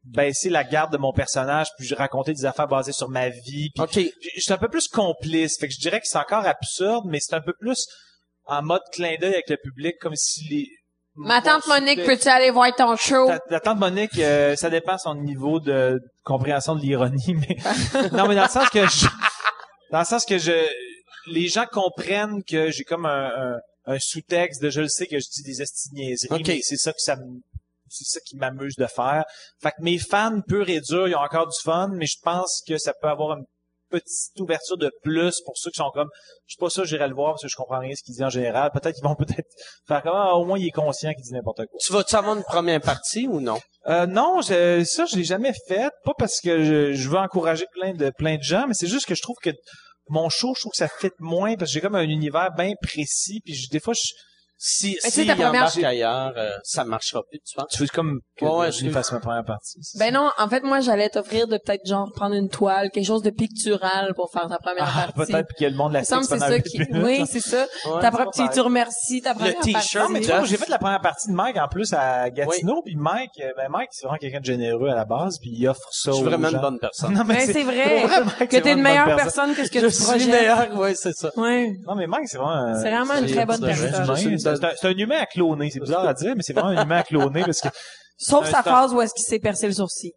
baisser la garde de mon personnage, puis je racontais des affaires basées sur ma vie, puis
OK.
puis j'étais un peu plus complice. Fait que je dirais que c'est encore absurde, mais c'est un peu plus en mode clin d'œil avec le public, comme si les
Ma tante
mon
Monique,
sujet-
peux-tu aller voir ton show?
ta- La tante Monique, euh, ça dépend son niveau de compréhension de l'ironie, mais non, mais dans le sens que je, Dans le sens que je, les gens comprennent que j'ai comme un, un, un sous-texte de je le sais que je dis des estiniaiseries,
Ok.
mais c'est ça que ça me- c'est ça qui m'amuse de faire. Fait que mes fans purs et durs, ils ont encore du fun, mais je pense que ça peut avoir une petite ouverture de plus pour ceux qui sont comme je suis pas sûr que j'irai le voir parce que je comprends rien de ce qu'il dit en général. Peut-être qu'ils vont peut-être faire comme ah, au moins il est conscient qu'il dit n'importe quoi.
Tu vas-tu avoir une première partie ou non?
Euh, non, je- ça je l'ai jamais fait, pas parce que je, je veux encourager plein de plein de gens, mais c'est juste que je trouve que mon show, je trouve que ça fit moins parce que j'ai comme un univers bien précis, puis je- des fois je
Si,
Mais tu sais,
si
ta
il
première-
embarque ailleurs, euh, ça marchera plus, tu penses?
tu veux comme que
Ouais, ouais,
je lui
je-
fasse ma première partie. c'est
Ben non, en fait, moi, j'allais t'offrir de peut-être genre prendre une toile, quelque chose de pictural pour faire ta
ça?
première
Ah,
partie.
peut-être que le monde
Il me
la
semble
fixe
que c'est
pendant
ça
huit
qui.
minutes.
Oui, c'est ça.
Ouais,
ta
c'est pas
première, tu,
pareil.
tu remercies ta première
t-shirt,
partie.
Mais tu vois, j'ai fait la première partie de Mike en plus à Gatineau, puis Mike, euh, ben Mike c'est vraiment quelqu'un de généreux à la base, puis il offre ça
Je suis
aux
vraiment
gens.
une bonne personne.
Non
Mais
mais
Ben, c'est vrai que t'es une meilleure personne que ce que
je
tu
suis
projettes.
meilleur, oui, c'est ça.
Ouais.
Non mais Mike c'est vraiment. euh,
C'est vraiment une
c'est-
très bonne
c'est vrai.
personne.
Je-
humain. C'est un- c'est un humain à cloner, c'est bizarre à dire, mais c'est vraiment un humain à cloner parce que
Sauf sa
Euh, c'est un-
phrase où est-ce qu'il s'est percé le sourcil.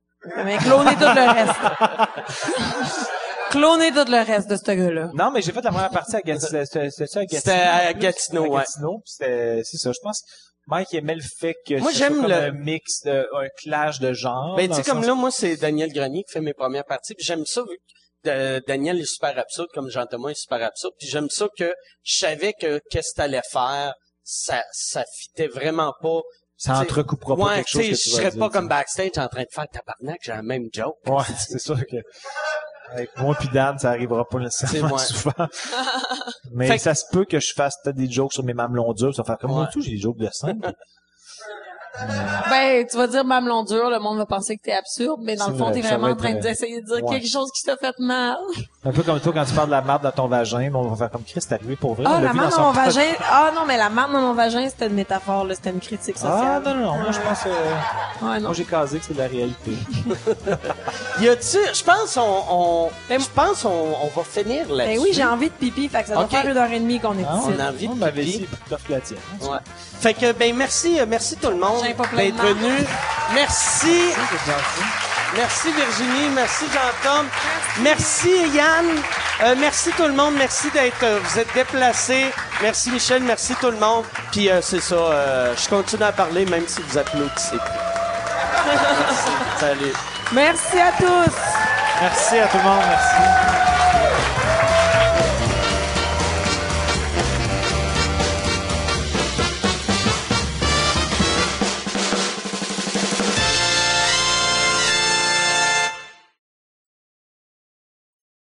Mais clonez tout le reste. clonez tout le reste de ce gars-là.
Non, mais j'ai fait la première partie à Gatineau. C'était c'était à Gatineau.
C'était à
plus?
Gatineau,
À
ouais.
Gatineau, puis c'était- c'est ça. Je pense que Mike aimait le fait que
Moi,
ce
j'aime
soit comme
le-
un mix, de, un clash de genres.
Ben,
dans
tu sais,
le
comme
sens-
là, moi, c'est Daniel Grenier qui fait mes premières parties, puis j'aime ça, vu que euh, Daniel est super absurde, comme Jean-Thomas est super absurde, puis j'aime ça que je savais que qu'est-ce que t'allais faire, ça, ça fitait vraiment pas.
Ça entrecoupera pas
Ouais,
quelque
tu
chose
sais,
que
je
tu vas
serais
dire,
pas
tu sais.
comme backstage en train de faire tabarnak, j'ai la même joke.
Ouais, c'est sûr que... Avec moi puis Dan, ça arrivera pas nécessairement
C'est
souvent. mais
Fait que-
ça se peut que je fasse peut-être des jokes sur mes mamelons durs. Ça va faire comme,
Ouais.
moi, tout, j'ai des jokes de scène.
Ben, tu vas dire mamelon dur, le monde va penser que t'es absurde, mais dans
C'est
le fond,
vrai,
t'es
ça
vraiment
va
en train
être, euh,
d'essayer de dire
ouais.
quelque chose qui t'a fait mal.
un peu comme toi, quand tu parles de la marde dans ton vagin, mais on va faire comme Chris, c'est arrivé pour vrai.
Ah,
on
la
l'a vu dans
marde
son
dans mon vagin. Ah, non, mais la marde dans mon vagin, c'était une métaphore, là. C'était une critique
Ah,
sociale.
non, non, non. Moi, je pense que...
Ouais, non.
Moi, j'ai casé que c'est de la réalité.
Y a-tu, je pense, on, on je pense, on, on va finir là-dessus.
Ben oui, j'ai envie de pipi, fait que ça doit
Ok.
faire une heure et demie qu'on est
Ah,
ici.
on a envie
on
de
m'avait
pipi.
dit, tough la tienne.
Ouais. Fait que, ben, merci, euh, merci tout le monde
J'ai pas plein de
d'être
marques.
venu. Merci,
C'est gentil.
merci Virginie, merci Jean-Tom, merci Yann, Euh, merci tout le monde, merci d'être, euh, vous êtes déplacés, merci Michel, merci tout le monde, puis euh, c'est ça, euh, je continue à parler même si vous applaudissez. plus. Merci. Salut.
Merci à tous.
Merci à tout le monde, merci.